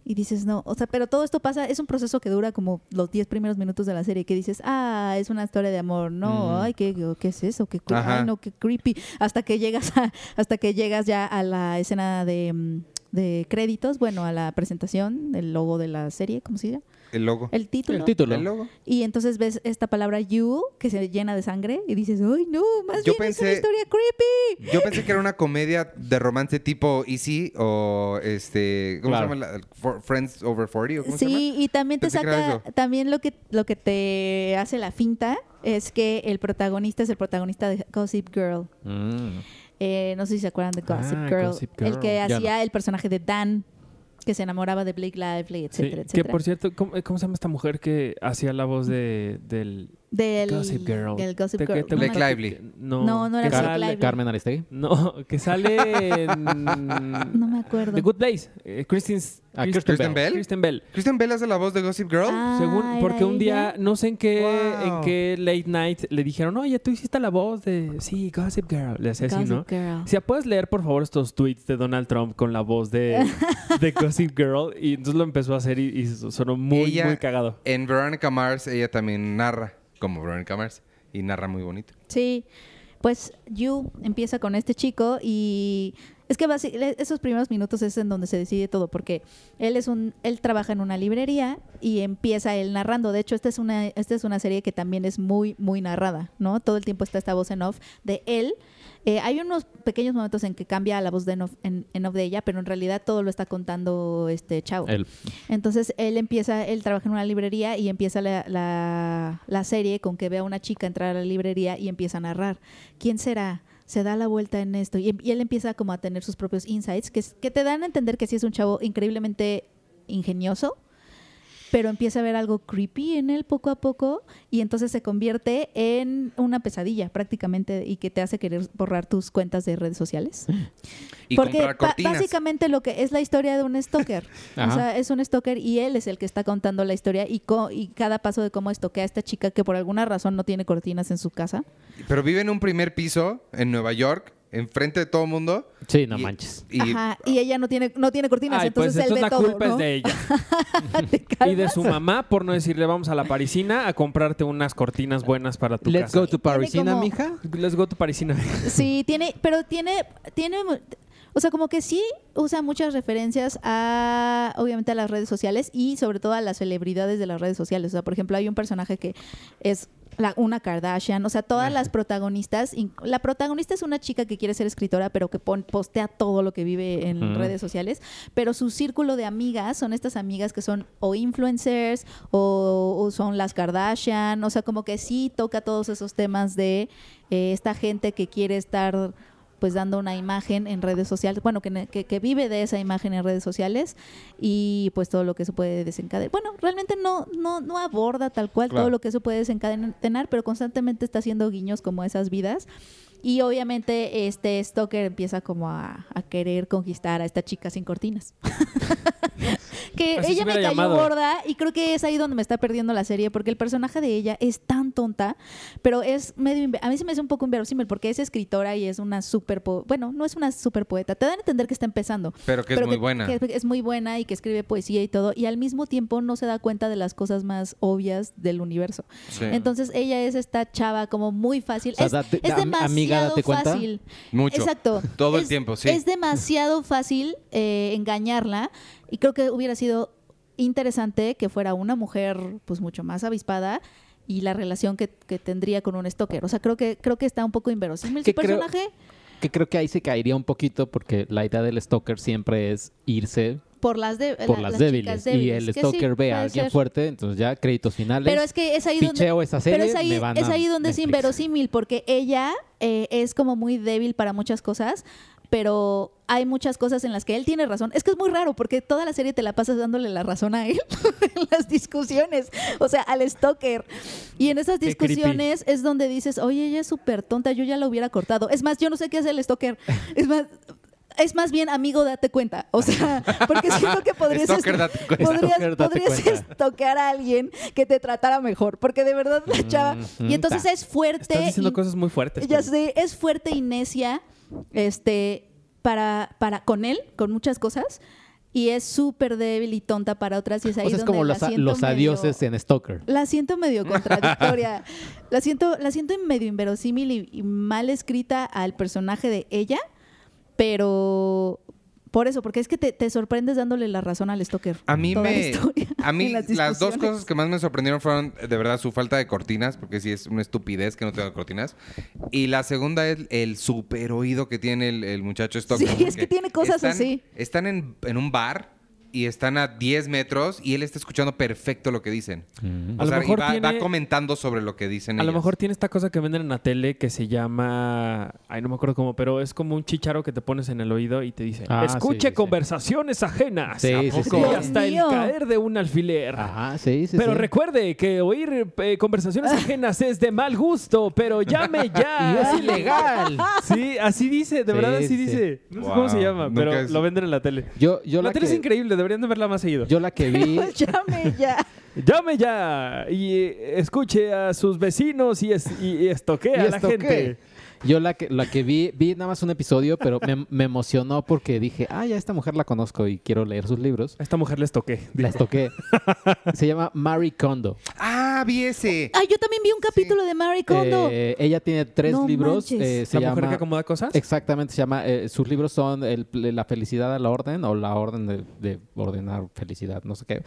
S3: y dices no. O sea, pero todo esto pasa, es un proceso que dura como los 10 primeros minutos de la serie, que dices, ah, es una historia de amor, no,
S4: Mm.
S3: ay, ¿qué, qué es eso? ¿Qué, cre-
S1: Ajá.
S3: ay, no, qué creepy. Hasta que llegas a- hasta que llegas ya a la escena de, mm, de créditos, bueno, a la presentación, el logo de la serie, ¿cómo se llama?
S1: El logo.
S3: El título.
S4: El título.
S1: El logo.
S3: Y entonces ves esta palabra you que se llena de sangre y dices, ¡ay no! Más
S1: Yo
S3: bien es una
S1: pensé-
S3: historia creepy.
S1: Yo pensé que era una comedia de romance tipo Easy o este. ¿Cómo
S4: Claro.
S1: se llama? la- For- Friends Over 40. ¿o ¿Cómo se llama?
S3: Sí, y también te
S1: Pensé que era
S3: saca,
S1: eso.
S3: también lo que, lo que te hace la finta es que el protagonista es el protagonista de Gossip Girl.
S4: Mm.
S3: Eh, no sé si se acuerdan de Gossip,
S2: Ah,
S3: Girl,
S2: Gossip Girl.
S3: El que
S4: Ya
S3: hacía el personaje de Dan, que se enamoraba de Blake Lively,
S2: Sí,
S3: etcétera,
S2: que
S3: etcétera.
S2: por cierto, ¿cómo, cómo se llama esta mujer que hacía la voz de, del
S3: del
S2: Gossip Girl?
S3: Del Gossip
S2: ¿Te- que-
S3: Girl.
S2: te
S1: Blake
S3: No me-
S2: gusta?
S1: Lively.
S2: Que- No,
S3: No, no era
S2: que
S3: Blake
S2: sale-
S3: Lively.
S4: Carmen Aristegui.
S2: No, que sale en
S3: No me acuerdo.
S2: The Good Place. eh, Kristen,
S4: Ah,
S2: Kristen-
S1: Bell.
S4: Kristen
S1: Bell.
S2: Kristen Bell.
S1: ¿Christian Bell hace la voz de Gossip Girl?
S3: Ah,
S2: Según,
S3: ¿era
S2: porque un día,
S3: ella?
S2: no sé en qué,
S1: Wow.
S2: en qué late night le dijeron, oye, tú hiciste la voz de, sí, Gossip Girl. Le hacía así,
S3: Gossip
S2: ¿no?
S3: Girl.
S2: Si puedes leer, por favor, estos tweets de Donald Trump con la voz de, de Gossip Girl. Y entonces lo empezó a hacer y, y sonó muy,
S1: Ella-
S2: muy cagado.
S1: En Veronica Mars, ella también narra, como Veronica Mars. Y narra muy bonito.
S3: Sí, pues You empieza con este chico y Es que basi- le- esos primeros minutos es en donde se decide todo, porque él es un, él trabaja en una librería y empieza él narrando. De hecho, esta es una, esta es una serie que también es muy, muy narrada, ¿no? Todo el tiempo está esta voz en off de él. Eh, hay unos pequeños momentos en que cambia la voz de en off, en- en off de ella, pero en realidad todo lo está contando este chavo.
S4: El-
S3: Entonces él empieza, él trabaja en una librería y empieza la, la- la serie con que ve a una chica entrar a la librería y empieza a narrar. ¿Quién será? Se da la vuelta en esto. Y, y él empieza como a tener sus propios insights que, es- que te dan a entender que sí es un chavo increíblemente ingenioso, pero empieza a ver algo creepy en él poco a poco y entonces se convierte en una pesadilla prácticamente y que te hace querer borrar tus cuentas de redes sociales.
S1: Y
S3: Porque
S1: comprar
S3: ba-
S1: cortinas.
S3: básicamente lo que es la historia de un stalker. o
S4: Ajá.
S3: sea, es un stalker y él es el que está contando la historia y, co- y cada paso de cómo estoquea a esta chica que por alguna razón no tiene cortinas en su casa.
S1: Pero vive en un primer piso en Nueva York, enfrente de todo el mundo.
S4: Sí, no
S1: y-
S4: manches.
S1: Y,
S3: Ajá, y ella no tiene, no tiene cortinas,
S2: Ay,
S3: entonces
S2: pues
S3: él
S2: entonces
S3: ve
S2: la
S3: todo,
S2: culpa
S3: ¿no?
S2: es de ella.
S3: ¿Te
S2: Y de
S3: calmas?
S2: su mamá por no decirle vamos a la parisina a comprarte unas cortinas buenas para tu
S4: Let's
S2: casa.
S4: go to Parisina,
S3: como-
S4: mija.
S2: Let's go to parisina.
S3: Sí, tiene, pero tiene, tiene, mu- o sea, como que sí usa muchas referencias a, obviamente, a las redes sociales y sobre todo a las celebridades de las redes sociales. O sea, por ejemplo, hay un personaje que es la- una Kardashian, o sea, todas las protagonistas, in- la protagonista es una chica que quiere ser escritora, pero que pon- postea todo lo que vive en
S4: Ujú.
S3: redes sociales, pero su círculo de amigas son estas amigas que son o influencers o, o son las Kardashian, o sea, como que sí toca todos esos temas de eh, esta gente que quiere estar pues dando una imagen en redes sociales, bueno, que, ne- que, que vive de esa imagen en redes sociales y pues todo lo que eso puede desencadenar. Bueno, realmente no, no, no aborda tal cual
S4: Claro.
S3: todo lo que eso puede desencadenar, pero constantemente está haciendo guiños como a esas vidas. Y obviamente este stalker empieza como a, a querer conquistar a esta chica sin cortinas. que
S2: Así se
S3: ella me
S2: hubiera
S3: cayó
S2: llamado.
S3: gorda y creo que es ahí donde me está perdiendo la serie porque el personaje de ella es tan tonta, pero es medio... inve- A mí se me hace un poco inverosímil porque es escritora y es una super... po- Bueno, no es una super poeta. Te dan a entender que está empezando,
S1: pero que es
S3: pero
S1: muy buena.
S3: que es muy buena y que escribe poesía y todo. Y al mismo tiempo no se da cuenta de las cosas más obvias del universo.
S1: Sí.
S3: Entonces ella es esta chava como muy fácil.
S4: O sea,
S3: es,
S4: date-
S3: es
S4: am-
S3: demasiado
S4: amiga, date cuenta.
S3: fácil.
S1: Mucho.
S3: Exacto.
S1: Todo el
S3: Es-
S1: tiempo, sí.
S3: Es demasiado fácil eh, engañarla y creo que hubiera sido interesante que fuera una mujer pues mucho más avispada y la relación que, que tendría con un stalker. O sea, creo que creo que está un poco inverosímil
S4: Que
S3: su
S4: creo-
S3: personaje.
S4: Que creo que ahí se caería un poquito porque la idea del stalker siempre es irse
S3: Por las, de,
S4: por
S3: la-
S4: las,
S3: chicas
S4: débiles. Y
S3: débiles,
S4: el
S3: que sí,
S4: stalker ve a
S3: puede
S4: alguien
S3: ser.
S4: fuerte, entonces ya créditos finales.
S3: Pero es que es ahí
S4: picheo
S3: donde.
S4: esa serie,
S3: Pero es ahí,
S4: me van
S3: es
S4: a
S3: ahí donde es
S4: Netflix.
S3: inverosímil, porque ella eh, es como muy débil para muchas cosas, pero hay muchas cosas en las que él tiene razón. Es que es muy raro, porque toda la serie te la pasas dándole la razón a él en las discusiones, o sea, al stalker. Y en esas
S2: Qué creepy.
S3: discusiones es donde dices, oye, ella es súper tonta, yo ya la hubiera cortado. Es más, yo no sé qué hace el stalker. Es más. Es más bien, amigo, date cuenta. O sea, porque siento que podrías...
S1: Stalker, date cuenta.
S3: podrías-
S4: Stalker, date
S3: podrías
S4: cuenta.
S3: tocar a alguien que te tratara mejor, porque de verdad la chava.
S4: mm,
S3: Y entonces
S4: ta.
S3: es fuerte.
S2: Estás diciendo
S3: y-
S2: cosas muy fuertes.
S3: ya
S2: Penny.
S3: sé, es fuerte y necia este, para, para con él, con muchas cosas. Y es súper débil y tonta para otras. Y es ahí
S4: o sea, es
S3: donde
S4: como
S3: la
S4: los, a-
S3: siento
S4: los
S3: medio-
S4: adioses en Stalker.
S3: la siento medio contradictoria. la siento, la siento medio inverosímil y, y mal escrita al personaje de ella, pero por eso, porque es que te, te sorprendes dándole la razón al stalker.
S1: A mí
S3: Toda la
S1: me.
S3: historia
S1: A mí
S3: y
S1: las,
S3: las
S1: dos
S3: discusiones.
S1: cosas que más me sorprendieron fueron de verdad su falta de cortinas, porque sí es una estupidez que no tenga cortinas. Y la segunda es el super oído que tiene el, el muchacho Stockton.
S3: Sí, es que tiene cosas
S1: están,
S3: así.
S1: Están en, en un bar y están a 10 metros y él está escuchando perfecto lo que dicen.
S4: Mm.
S1: O
S2: A lo
S1: sea, y
S2: mejor
S1: va, va
S2: tiene-
S1: comentando sobre lo que dicen.
S2: A lo
S1: ellas.
S2: mejor tiene esta cosa que venden en la tele que se llama. Ay, no me acuerdo cómo, pero es como un chicharo que te pones en el oído y te dice:
S4: Ah,
S2: Escuche
S4: sí, sí.
S2: conversaciones ajenas.
S4: Sí,
S2: ¿A
S4: sí,
S2: poco?
S4: sí.
S2: Y hasta el
S3: Dios mío.
S2: caer de un alfiler.
S4: Ajá, sí, sí.
S2: Pero
S4: sí.
S2: recuerde que oír eh, conversaciones ajenas es de mal gusto, pero llame ya.
S4: Y es ilegal.
S2: Sí, así dice, de
S4: Sí,
S2: verdad así
S4: sí.
S2: dice. No sé
S1: Wow,
S2: cómo se llama,
S1: nunca
S2: pero
S1: es-
S2: lo venden en la tele.
S4: Yo, yo
S2: la,
S4: la,
S2: tele es
S4: que,
S2: increíble, deberían de verla más seguido.
S4: yo la que vi.
S3: Pues Llame ya.
S2: Llame ya y eh, escuche a sus vecinos y, es, y, y estoquee
S4: ¿Y
S2: a la
S4: esto
S2: gente.
S4: qué? Yo la que, la que vi, vi nada más un episodio, pero me, me emocionó porque dije, ah, ya esta mujer la conozco y quiero leer sus libros.
S2: A esta mujer les toqué.
S4: La estoqué. Se llama Marie Kondo.
S1: Ah, Ah, vi ese.
S3: Ay, yo también vi un capítulo de Mary Kondo.
S4: Eh, ella tiene tres
S3: No
S4: libros.
S3: manches.
S4: eh, se
S2: ¿La mujer
S4: llama-
S2: que acomoda cosas?
S4: Exactamente, se llama. eh, sus libros son el- La felicidad a la orden o La orden de, de ordenar felicidad, no sé qué.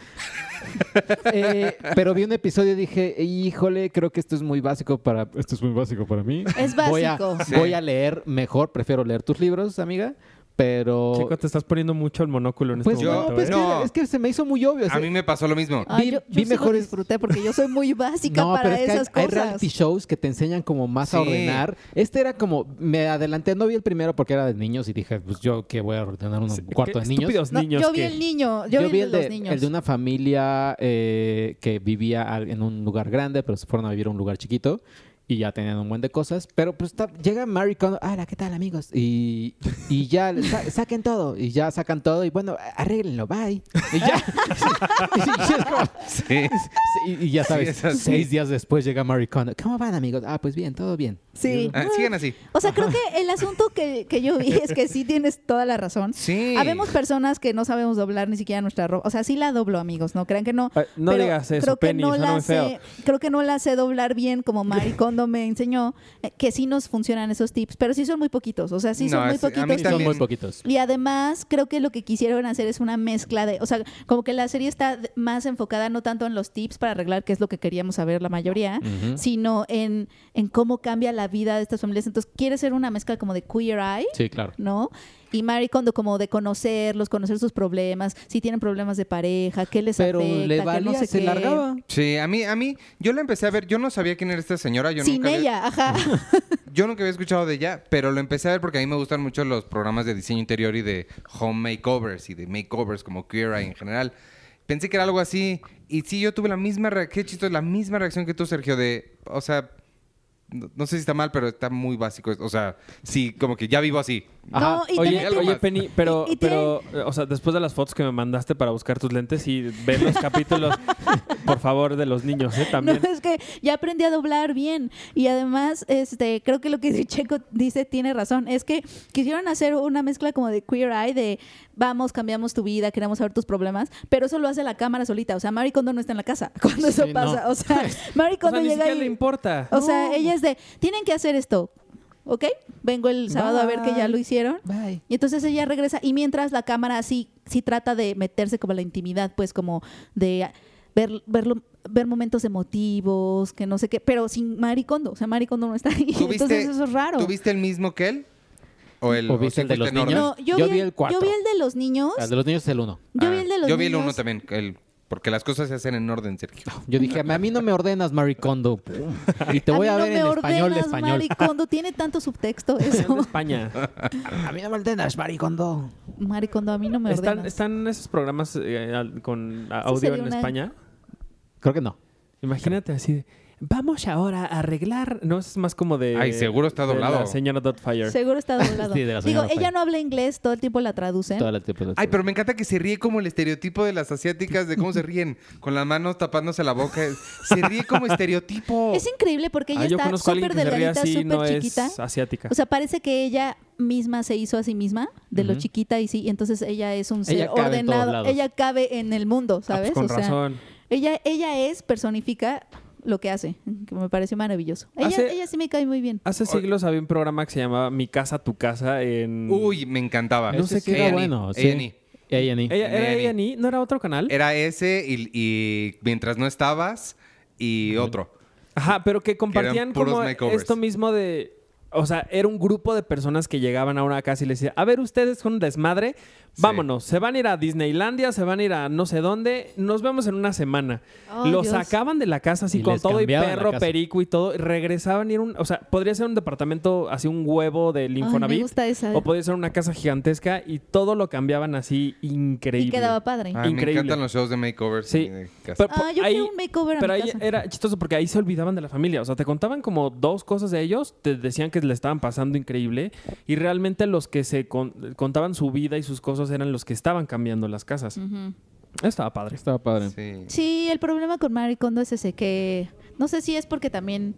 S4: Eh, pero vi un episodio y dije, híjole, creo que esto es muy básico para. Esto es muy básico para mí.
S3: es
S4: Voy a,
S3: básico.
S1: Sí.
S4: voy a leer mejor, prefiero leer tus libros, amiga. Pero.
S2: Chico, te estás poniendo mucho el monóculo en
S4: pues
S2: este
S1: yo-
S4: no,
S2: momento.
S4: pues
S2: ¿eh?
S1: No.
S4: Que, es que se me hizo muy obvio. o sea,
S1: A mí me pasó lo mismo.
S3: Ay,
S4: Vi-
S3: yo yo
S4: vi
S3: sí
S4: mejores-
S3: lo disfruté porque yo soy muy básica para
S4: es que
S3: esas
S4: hay, hay
S3: cosas.
S4: reality shows que te enseñan como más a
S1: Sí.
S4: ordenar. Este era como, me adelanté, no vi el primero porque era de niños y dije, pues yo que voy a ordenar un
S2: Sí,
S4: cuarto
S2: qué
S4: de niños.
S2: estúpidos
S3: No,
S2: niños
S3: yo vi
S2: que-
S3: el niño, yo, vi, el de los
S4: de,
S3: niños.
S4: el de una familia eh, que vivía al- en un lugar grande, pero se fueron a vivir a un lugar chiquito y ya tenían un buen de cosas. Pero pues está- llega Mary Kondo, hola, ¿qué tal amigos? Y, y ya sa- saquen todo, y ya sacan todo, y bueno, arréglenlo, bye. Y ya. Y es como-
S1: Sí.
S4: Sí, y, y ya sabes,
S1: es así.
S4: seis días después llega Marie Kondo. ¿Cómo van, amigos? Ah, pues bien, todo bien.
S3: Sí.
S1: Ah, sigan así.
S3: O sea, creo que el asunto que, que yo vi es que sí tienes toda la razón.
S1: Sí.
S3: Habemos personas que no sabemos doblar ni siquiera nuestra ropa. O sea, sí la doblo, amigos, no crean que no.
S2: Ay, no
S3: Pero
S2: digas eso,
S3: creo que
S2: Penny,
S3: no
S2: suena
S3: la
S2: muy
S3: sé,
S2: feo.
S3: Creo que no la sé doblar bien como Mari Kondo me enseñó, eh, que sí nos funcionan esos tips, pero sí son muy poquitos. O sea, sí
S1: No,
S3: son muy
S1: es- a mí
S3: poquitos.
S1: Sí,
S4: Y
S3: que-
S4: son
S1: también.
S4: muy poquitos.
S3: Y además creo que lo que quisieron hacer es una mezcla de, o sea, como que la serie está d- más enfocada no tanto en los tips para arreglar, que es lo que queríamos saber la mayoría,
S4: Ujú.
S3: sino en, en cómo cambia la vida de estas familias. Entonces quiere ser una mezcla como de queer eye,
S4: Sí, claro.
S3: ¿no? Y Mary Kondo como de conocerlos, conocer sus problemas, si tienen problemas de pareja, qué les
S4: Pero
S3: afecta,
S4: le
S3: qué
S4: valía,
S3: no sé
S4: se
S3: qué.
S4: largaba.
S1: Sí, a mí, a mí, yo la empecé a ver, yo no sabía quién era esta señora, yo
S3: Sin
S1: nunca había-
S3: ella, ajá.
S1: yo nunca había escuchado de ella, pero lo empecé a ver porque a mí me gustan mucho los programas de diseño interior y de home makeovers y de makeovers como Queer Eye en general. Pensé que era algo así y sí, yo tuve la misma reacción, qué chistoso, la misma reacción que tú, Sergio, de, o sea, no, no sé si está mal, pero está muy básico, o sea, sí, como que ya vivo así.
S3: No, y
S2: oye,
S3: también
S1: algo
S2: oye,
S1: más.
S2: Penny, pero,
S3: Y- y
S2: pero, eh, o sea, después de las fotos que me mandaste para buscar tus lentes y ver los capítulos, por favor, de los niños, ¿eh? También.
S3: No, es que ya aprendí a doblar bien. Y además, este, creo que lo que Checo dice tiene razón. Es que quisieron hacer una mezcla como de queer eye, de vamos, cambiamos tu vida, queremos saber tus problemas, pero eso lo hace la cámara solita. O sea, Mary Kondo no está en la casa cuando eso
S4: no.
S3: pasa. O sea, Mary
S2: O
S3: Kondo
S2: sea, ni
S3: llega
S2: siquiera
S3: y-
S2: le importa.
S3: O sea, ella es de, tienen que hacer esto. ¿Ok? Vengo el sábado a ver que ya lo hicieron.
S4: Bye.
S3: Y entonces ella regresa y mientras la cámara sí, sí trata de meterse como a la intimidad, pues como de ver, verlo, ver momentos emotivos, que no sé qué, pero sin maricondo, o sea, maricondo no está ahí.
S1: ¿Tú viste-
S3: Entonces eso es raro.
S1: ¿Tú viste el mismo que él? ¿O el,
S4: ¿O
S1: sí
S4: viste el de
S1: fuiste
S4: los
S1: en
S4: niños?
S1: orden?
S3: no, yo,
S4: Yo
S3: vi,
S4: vi
S3: el,
S4: el cuatro.
S3: Yo vi el de los niños.
S4: El de los niños es el uno.
S3: Yo
S1: Ah,
S3: vi el de los
S1: Yo vi
S3: niños.
S1: el uno también, el, porque las cosas se hacen en orden, Sergio.
S4: Yo dije, a mí no me ordenas, Marie Kondo. Pum. Y te voy a,
S3: mí
S4: ver
S3: no me
S4: en español de
S3: ordenas,
S4: español.
S3: Maricondo tiene tanto subtexto
S2: Es de
S3: eso.
S2: España.
S4: A mí no me ordenas, Marie Kondo.
S3: maricondo, a mí no me
S2: ¿Están,
S3: ordenas.
S2: están esos programas eh, al- con a-
S3: Eso
S2: audio
S3: sería
S2: en
S3: una-
S2: España?
S4: Creo que no.
S2: Imagínate así de, vamos ahora a arreglar. No, es más como de.
S1: Ay, seguro está
S2: de
S1: doblado.
S2: La señora Dotfire.
S3: Seguro está doblado.
S4: Sí, de la
S3: Digo,
S4: señora
S3: ella
S4: Fay.
S3: no habla inglés, todo el tiempo la traducen.
S4: Toda la tipo de-
S1: Ay, pero me encanta que se ríe como el estereotipo de las asiáticas, de cómo se ríen, con las manos tapándose la boca. Se ríe como estereotipo.
S3: Es increíble porque ella
S2: Ah, yo
S3: está
S2: conozco a alguien
S3: súper
S2: que se ríe
S3: delgadita,
S2: así,
S3: súper
S2: no
S3: chiquita.
S2: es asiática.
S3: O
S1: Ah,
S3: sea, parece que ella misma se hizo a sí misma, de lo
S4: Ujú.
S3: chiquita y sí, y entonces ella es un ser
S4: Ella cabe en todos
S3: ordenado,
S4: lados.
S3: ella cabe en el mundo,
S2: Ah, pues
S3: ¿sabes?
S2: con
S3: o sea,
S2: razón.
S3: ella ella es personifica lo que hace, que me pareció maravilloso. Ella,
S2: Hace- Ah,
S3: ella sí me cae muy bien.
S2: Hace siglos había un programa que se llamaba Mi casa, tu casa en.
S1: Uy, me encantaba.
S4: No sé qué
S1: A&E,
S4: era bueno. sí.
S1: A&E.
S4: A&E.
S2: Ella- ¿Era
S1: Neni.
S2: ella ni? ¿No era otro canal?
S1: Era ese y, y mientras no estabas y otro.
S2: Ajá, pero que compartían
S1: eran puros
S2: como
S1: makeovers.
S2: esto mismo de. O sea, era un grupo de personas que llegaban a una casa y les decía, a ver, ustedes son un desmadre, vámonos, se van a ir a Disneylandia, se van a ir a no sé dónde, nos vemos en una semana.
S3: Oh,
S2: Los
S3: Dios.
S2: sacaban de la casa así
S4: Y
S2: con
S4: les
S2: todo y
S4: cambiaban la
S2: perro,
S4: casa.
S2: perico y todo, y regresaban y era un, o sea, podría ser un departamento así un huevo del
S3: Ay, me
S2: Infonavit
S3: gusta esa.
S2: o podría ser una casa gigantesca y todo lo cambiaban así increíble.
S3: Y quedaba padre.
S1: Ay, me
S2: Increíble.
S1: encantan los shows de makeovers.
S2: Sí.
S1: y de casa.
S2: Ah, Pero
S3: Ah,
S2: por-
S3: yo
S2: ahí-
S3: quiero un makeover a
S2: pero
S3: mi
S2: ahí
S3: casa.
S2: era chistoso porque ahí se olvidaban de la familia. O sea, te contaban como dos cosas de ellos, te decían que le estaban pasando increíble y realmente los que se con- contaban su vida y sus cosas eran los que estaban cambiando las casas.
S3: Ujú.
S2: Estaba padre.
S4: Estaba padre.
S1: Sí.
S3: Sí, el problema con Marie Kondo es ese, que no sé si es porque también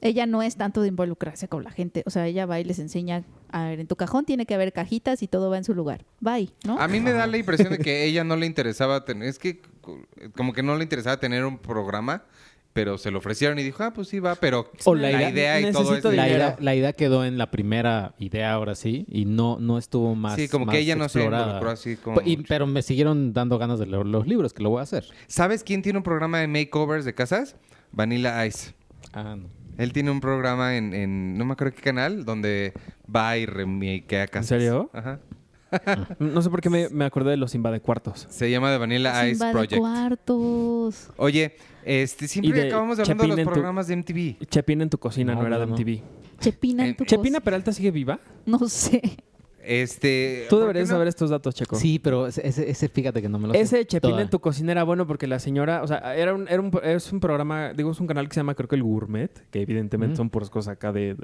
S3: ella no es tanto de involucrarse con la gente. O sea, ella va y les enseña, a ver, en tu cajón tiene que haber cajitas y todo va en su lugar. Bye, ¿no?
S1: A mí me da la impresión de que ella no le interesaba tener, es que co- como que no le interesaba tener un programa pero se lo ofrecieron y dijo, ah, pues sí, va, pero
S4: O
S1: la,
S4: la
S1: idea
S4: idea-
S1: y todo
S2: necesito
S1: es...
S4: La
S2: dinero.
S4: idea, la idea quedó en la primera idea ahora sí y no, no estuvo más
S1: sí, como
S4: más
S1: que ella no se
S4: explorada.
S1: involucró así como...
S4: Pe- y- pero me siguieron dando ganas de leer los libros, que lo voy a hacer.
S1: ¿Sabes quién tiene un programa de makeovers de casas? Vanilla Ice.
S4: Ah, no.
S1: Él tiene un programa en, en no me acuerdo qué canal, donde va y remakea casas.
S2: serio?
S1: Ajá.
S2: No sé por qué me, me acordé de los invade cuartos.
S1: Se llama The Vanilla
S3: Se
S1: Ice
S3: invade
S1: Project.
S3: cuartos.
S1: Oye, este, siempre
S2: Y de
S1: acabamos hablando
S2: Chapín
S1: de
S2: en
S1: los
S2: tu-
S1: programas de MTV.
S2: Chepina en tu cocina no,
S4: No,
S2: era de
S4: no, no.
S2: MTV.
S3: Chepina en tu
S2: ¿Chepina
S3: cos-
S2: Peralta sigue viva?
S3: No sé.
S1: Este, Eh, ¿por
S2: Tú
S1: qué
S2: deberías
S1: no?
S2: saber estos datos, Checo.
S4: Sí, pero ese, ese- ese fíjate que no me lo sé
S2: Ese de Chepina
S4: toda.
S2: en tu cocina era bueno porque la señora, o sea, era un, era un, es un programa, digo, es un canal que se llama creo que el Gourmet, que evidentemente
S4: Ujú.
S2: son puras cosas acá de,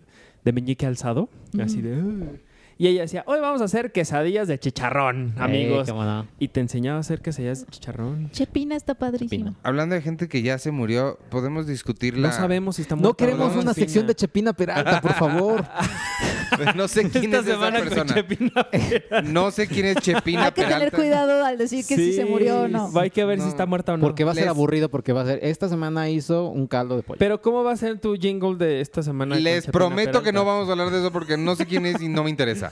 S2: de meñique alzado,
S3: Ujú.
S2: así de... "Ugh". Y ella decía, hoy vamos a hacer quesadillas de chicharrón,
S4: Eh,
S2: amigos.
S4: cómo no.
S2: y te enseñaba a hacer quesadillas de chicharrón.
S3: Chepina está padrísimo.
S4: Chepina.
S1: Hablando de gente que ya se murió, podemos discutir la...
S2: No sabemos si está
S4: No
S2: muerta o
S4: queremos
S1: Hablamos
S4: una
S2: Chepina.
S4: sección de Chepina Peralta, por favor.
S1: No sé quién
S2: Esta
S1: es esa
S2: semana con
S1: persona.
S2: Chepina Peralta.
S1: No sé quién es Chepina
S3: Hay que tener
S1: Peralta.
S3: cuidado al decir que si se murió o no.
S2: Sí, Hay que ver
S1: No.
S2: si está muerta o no.
S4: Porque va a ser
S1: Les-
S4: aburrido, porque va a ser. Esta semana hizo un caldo de pollo.
S2: Pero ¿cómo va a ser tu jingle de esta semana? con
S1: Les
S2: Chepina
S1: prometo que
S2: Peralta?
S1: no vamos a hablar de eso porque no sé quién es y no me interesa.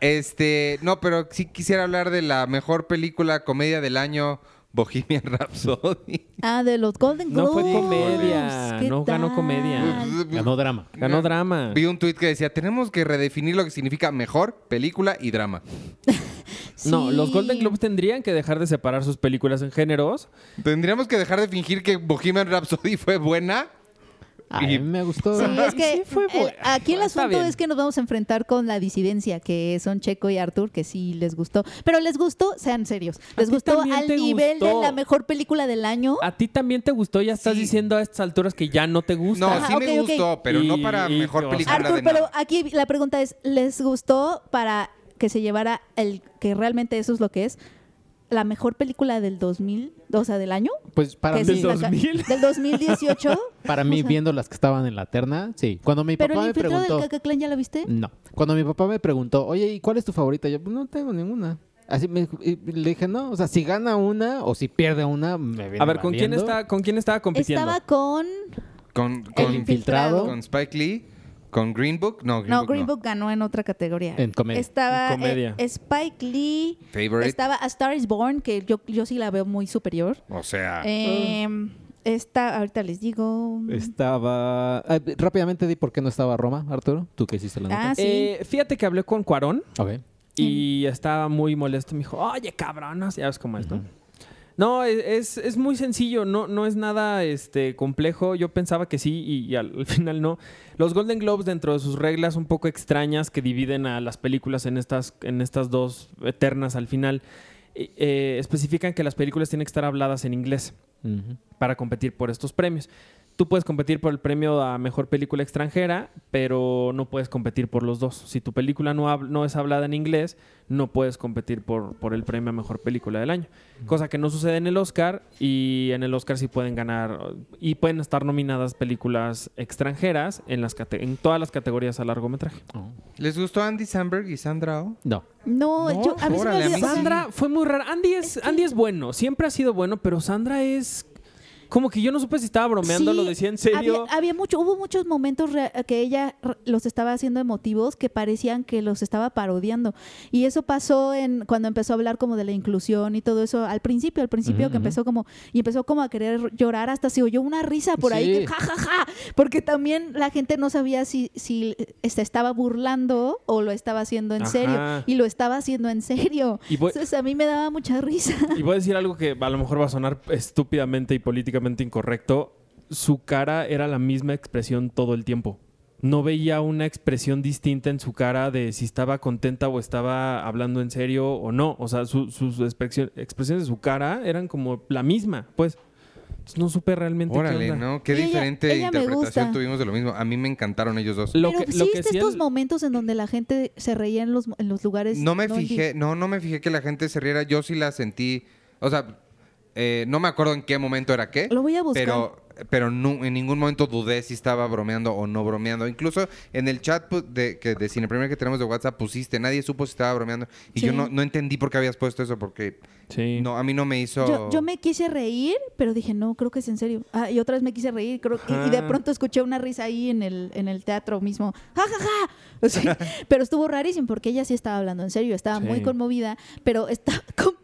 S1: Este, no, pero sí quisiera hablar de la mejor película comedia del año, Bohemian Rhapsody.
S3: Ah, de los Golden
S2: No fue
S3: Globes.
S2: comedia,
S3: ¿Qué
S2: no ganó
S3: tal?
S2: comedia.
S4: Ganó drama.
S2: Ganó drama.
S1: Vi un tuit que decía, tenemos que redefinir lo que significa mejor película y drama.
S2: No,
S3: Sí.
S2: los Golden Globes tendrían que dejar de separar sus películas en géneros.
S1: Tendríamos que dejar de fingir que Bohemian Rhapsody fue buena.
S4: A mí me gustó.
S3: Sí, es que
S2: sí fue
S3: el-
S2: buena.
S3: aquí el
S2: Está
S3: asunto
S2: bien.
S3: es que nos vamos a enfrentar con la disidencia, que son Checo y Arthur, que sí les gustó. Pero les gustó, sean serios,
S2: A
S3: les
S2: ti
S3: gustó
S2: también
S3: al
S2: te
S3: nivel
S2: gustó. Ah,
S3: de la mejor película del año.
S2: A ti también te gustó, ya estás
S1: Sí.
S2: diciendo a estas alturas que ya no te gusta.
S1: No,
S3: Ajá,
S1: sí me
S3: Ah, ok, ok.
S1: gustó, pero no para
S2: Y-
S1: mejor
S2: y-
S1: película
S3: Arthur,
S1: de
S3: pero
S1: nada.
S3: aquí la pregunta es, ¿les gustó para que se llevara el que realmente eso es lo que es? La mejor película del 2000, o sea, del año,
S4: Pues para
S3: que
S4: mí,
S3: sí,
S2: ¿Del
S3: la ca-
S2: 2000?
S3: del 2018.
S4: para mí
S3: O sea-
S4: viendo las que estaban en la terna, sí. Cuando mi
S3: Pero
S4: papá
S3: el
S4: me
S3: infiltrado del ¿eh?
S4: preguntó.
S3: Cacaclán ya la viste?
S4: No. Cuando mi papá me preguntó, oye, ¿y cuál es tu favorita? Yo, pues no tengo ninguna. Así me, y le dije, no, o sea, si gana una o si pierde una, me viene
S2: A ver, ¿con quién,
S4: valiendo.
S2: está, ¿con quién estaba compitiendo?
S3: Estaba con
S1: Con,
S4: El
S1: con-
S4: infiltrado.
S1: con Spike Lee, con Green Book. No, Green
S3: No,
S1: Book
S3: Green
S1: no.
S3: Book ganó en otra categoría.
S4: En comedia.
S3: Estaba
S2: En comedia.
S3: eh, Spike Lee.
S1: Favorite.
S3: Estaba A Star is Born, que yo, yo sí la veo muy superior.
S1: O sea,
S3: Em, esta, ahorita les digo.
S4: Estaba... ah, rápidamente di por qué no estaba Roma, Arturo. Tú que hiciste la nota.
S3: Ah, sí.
S2: Eh, fíjate que hablé con Cuarón
S4: Ok.
S2: y estaba muy molesto. Me dijo, oye, cabrón, no sé", ya ves cómo es, ¿no? No, e-, es, es- es muy sencillo, no, no es nada este, complejo. Yo pensaba que sí y, y al, al final no. Los Golden Globes, dentro de sus reglas un poco extrañas que dividen a las películas en estas, en estas dos eternas al final, eh, eh, especifican que las películas tienen que estar habladas en inglés
S4: Ujú.
S2: para competir por estos premios. Tú puedes competir por el premio a mejor película extranjera, pero no puedes competir por los dos. Si tu película no, hab- no es hablada en inglés, no puedes competir por, por el premio a mejor película del año. Cosa que no sucede en el Oscar y en el Oscar sí pueden ganar y pueden estar nominadas películas extranjeras en, las cate- en todas las categorías a largometraje.
S4: Oh.
S1: ¿les gustó Andy Samberg y Sandra Oh?
S4: No.
S3: No,
S2: No,
S3: yo, a mí se me
S1: órale, a mí sí.
S3: olvidó- o sea,
S2: Sandra fue muy rara. Andy es, Andy es bueno, siempre ha sido bueno, pero Sandra es... Como que yo no supe si estaba bromeando,
S3: sí,
S2: lo decía en serio.
S3: Había, había mucho, hubo muchos momentos re- que ella r- los estaba haciendo emotivos que parecían que los estaba parodiando. Y eso pasó en cuando empezó a hablar como de la inclusión y todo eso. Al principio, al principio
S4: Ujú,
S3: que
S4: ujú.
S3: empezó como y empezó como a querer llorar hasta se oyó una risa por ahí,
S4: Sí.
S3: que, ja, ja, ja, porque también la gente no sabía si si se estaba burlando o lo estaba haciendo en
S2: Ajá.
S3: serio y lo estaba haciendo en serio.
S2: Y voy-
S3: Entonces a mí me daba mucha risa.
S2: Y voy a decir algo que a lo mejor va a sonar estúpidamente y políticamente incorrecto. Su cara era la misma expresión todo el tiempo. No veía una expresión distinta en su cara de si estaba contenta o estaba hablando en serio o no. O sea, su- sus expresión- expresiones de su cara eran como la misma, pues. Entonces, no supe realmente qué
S1: Órale,
S2: onda.
S1: ¿no? Qué
S3: Ella-
S1: diferente
S3: ella me
S1: interpretación
S3: gusta.
S1: tuvimos de lo mismo. A mí me encantaron ellos dos.
S2: Lo
S3: Pero
S2: que-
S3: sí
S2: lo que
S3: viste
S2: sí
S3: estos
S2: el-
S3: momentos en donde la gente se reía en los, en los lugares.
S1: No me
S3: en vivo.
S1: fijé, no, no me fijé que la gente se riera. Yo sí la sentí. O sea, eh, no me acuerdo en qué momento era qué.
S3: Lo voy a buscar.
S1: Pero pero no, en ningún momento dudé si estaba bromeando o no bromeando. Incluso en el chat pu- de, que, de Cine Premier que tenemos de WhatsApp pusiste, nadie supo si estaba bromeando. Y yo
S3: Sí.
S1: no, no entendí por qué habías puesto eso, porque
S2: Sí.
S1: no, a mí no me hizo...
S3: Yo, yo me quise reír, pero dije, no, creo que es en serio. Ah, y otra vez me quise reír, creo y- y de
S2: Ajá.
S3: pronto escuché una risa ahí en el, en el teatro mismo. ¡Ja, ja, ja! O sea, pero estuvo rarísimo porque ella sí estaba hablando en serio, estaba muy
S2: Sí.
S3: conmovida, pero está como-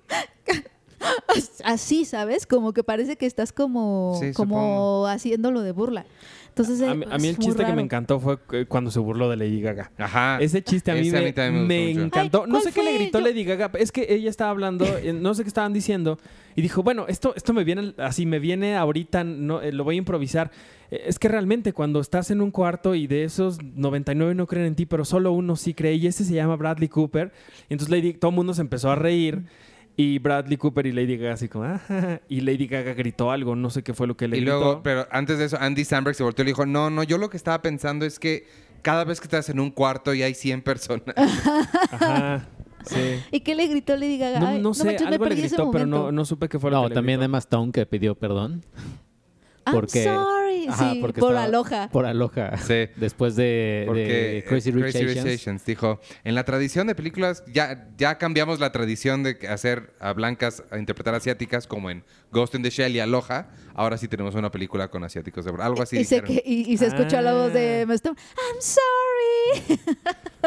S3: así, ¿sabes? Como que parece que estás como,
S1: Sí, supongo.
S3: como haciéndolo de burla. Entonces,
S2: A,
S3: eh,
S2: mí- a mí
S3: es
S2: el
S3: muy
S2: chiste que
S3: raro.
S2: me encantó fue cu- cuando se burló de Lady Gaga.
S1: Ajá.
S2: Ese chiste a mí,
S1: Ah, Ese a
S2: me,
S1: mí también me
S2: me
S1: gustó mucho.
S2: encantó.
S3: Ay,
S2: no sé
S3: ¿cuál
S2: qué le
S3: fue?
S2: gritó
S3: Yo-
S2: Lady Gaga. Es que ella estaba hablando, eh, no sé qué estaban diciendo. Y dijo, bueno, esto, esto me viene, así me viene ahorita, no, eh, lo voy a improvisar. Eh, Es que realmente cuando estás en un cuarto y de esos 99 no creen en ti, pero solo uno sí cree, y ese se llama Bradley Cooper. Y entonces Lady, todo el mundo se empezó a reír. Y Bradley Cooper y Lady Gaga así como, "Ah, ja, ja". y Lady Gaga gritó algo, no sé qué fue lo que le
S1: Y
S2: gritó.
S1: luego, pero antes de eso, Andy Samberg se volteó y le dijo, no, no, yo lo que estaba pensando es que cada vez que estás en un cuarto y hay 100 personas.
S2: Ajá, sí.
S3: ¿Y qué le gritó Lady Gaga?
S2: No,
S3: Ay,
S2: no sé,
S3: manches, me
S2: algo le
S3: perdí ese
S2: gritó, pero no,
S3: momento.
S2: no supe qué fue lo
S4: No,
S2: que le
S4: también
S2: gritó.
S4: Emma Stone que pidió perdón.
S3: I'm
S4: porque-
S3: sorry.
S4: Ajá,
S3: sí,
S4: porque
S3: por
S4: estaba-
S3: Aloha.
S4: Por Aloha.
S1: Sí.
S4: Después de, de
S1: Porque
S4: Crazy
S1: eh,
S4: Rich Asians.
S1: Rich Asians dijo, en la tradición de películas ya, ya cambiamos la tradición de hacer a blancas a interpretar asiáticas como en Ghost in the Shell y Aloha. Ahora sí tenemos una película con asiáticos de
S2: E,
S1: algo así.
S3: y, se,
S1: dijeron.
S3: que- y, y se escuchó la voz de
S2: Ah.
S3: Emma Stone, I'm sorry.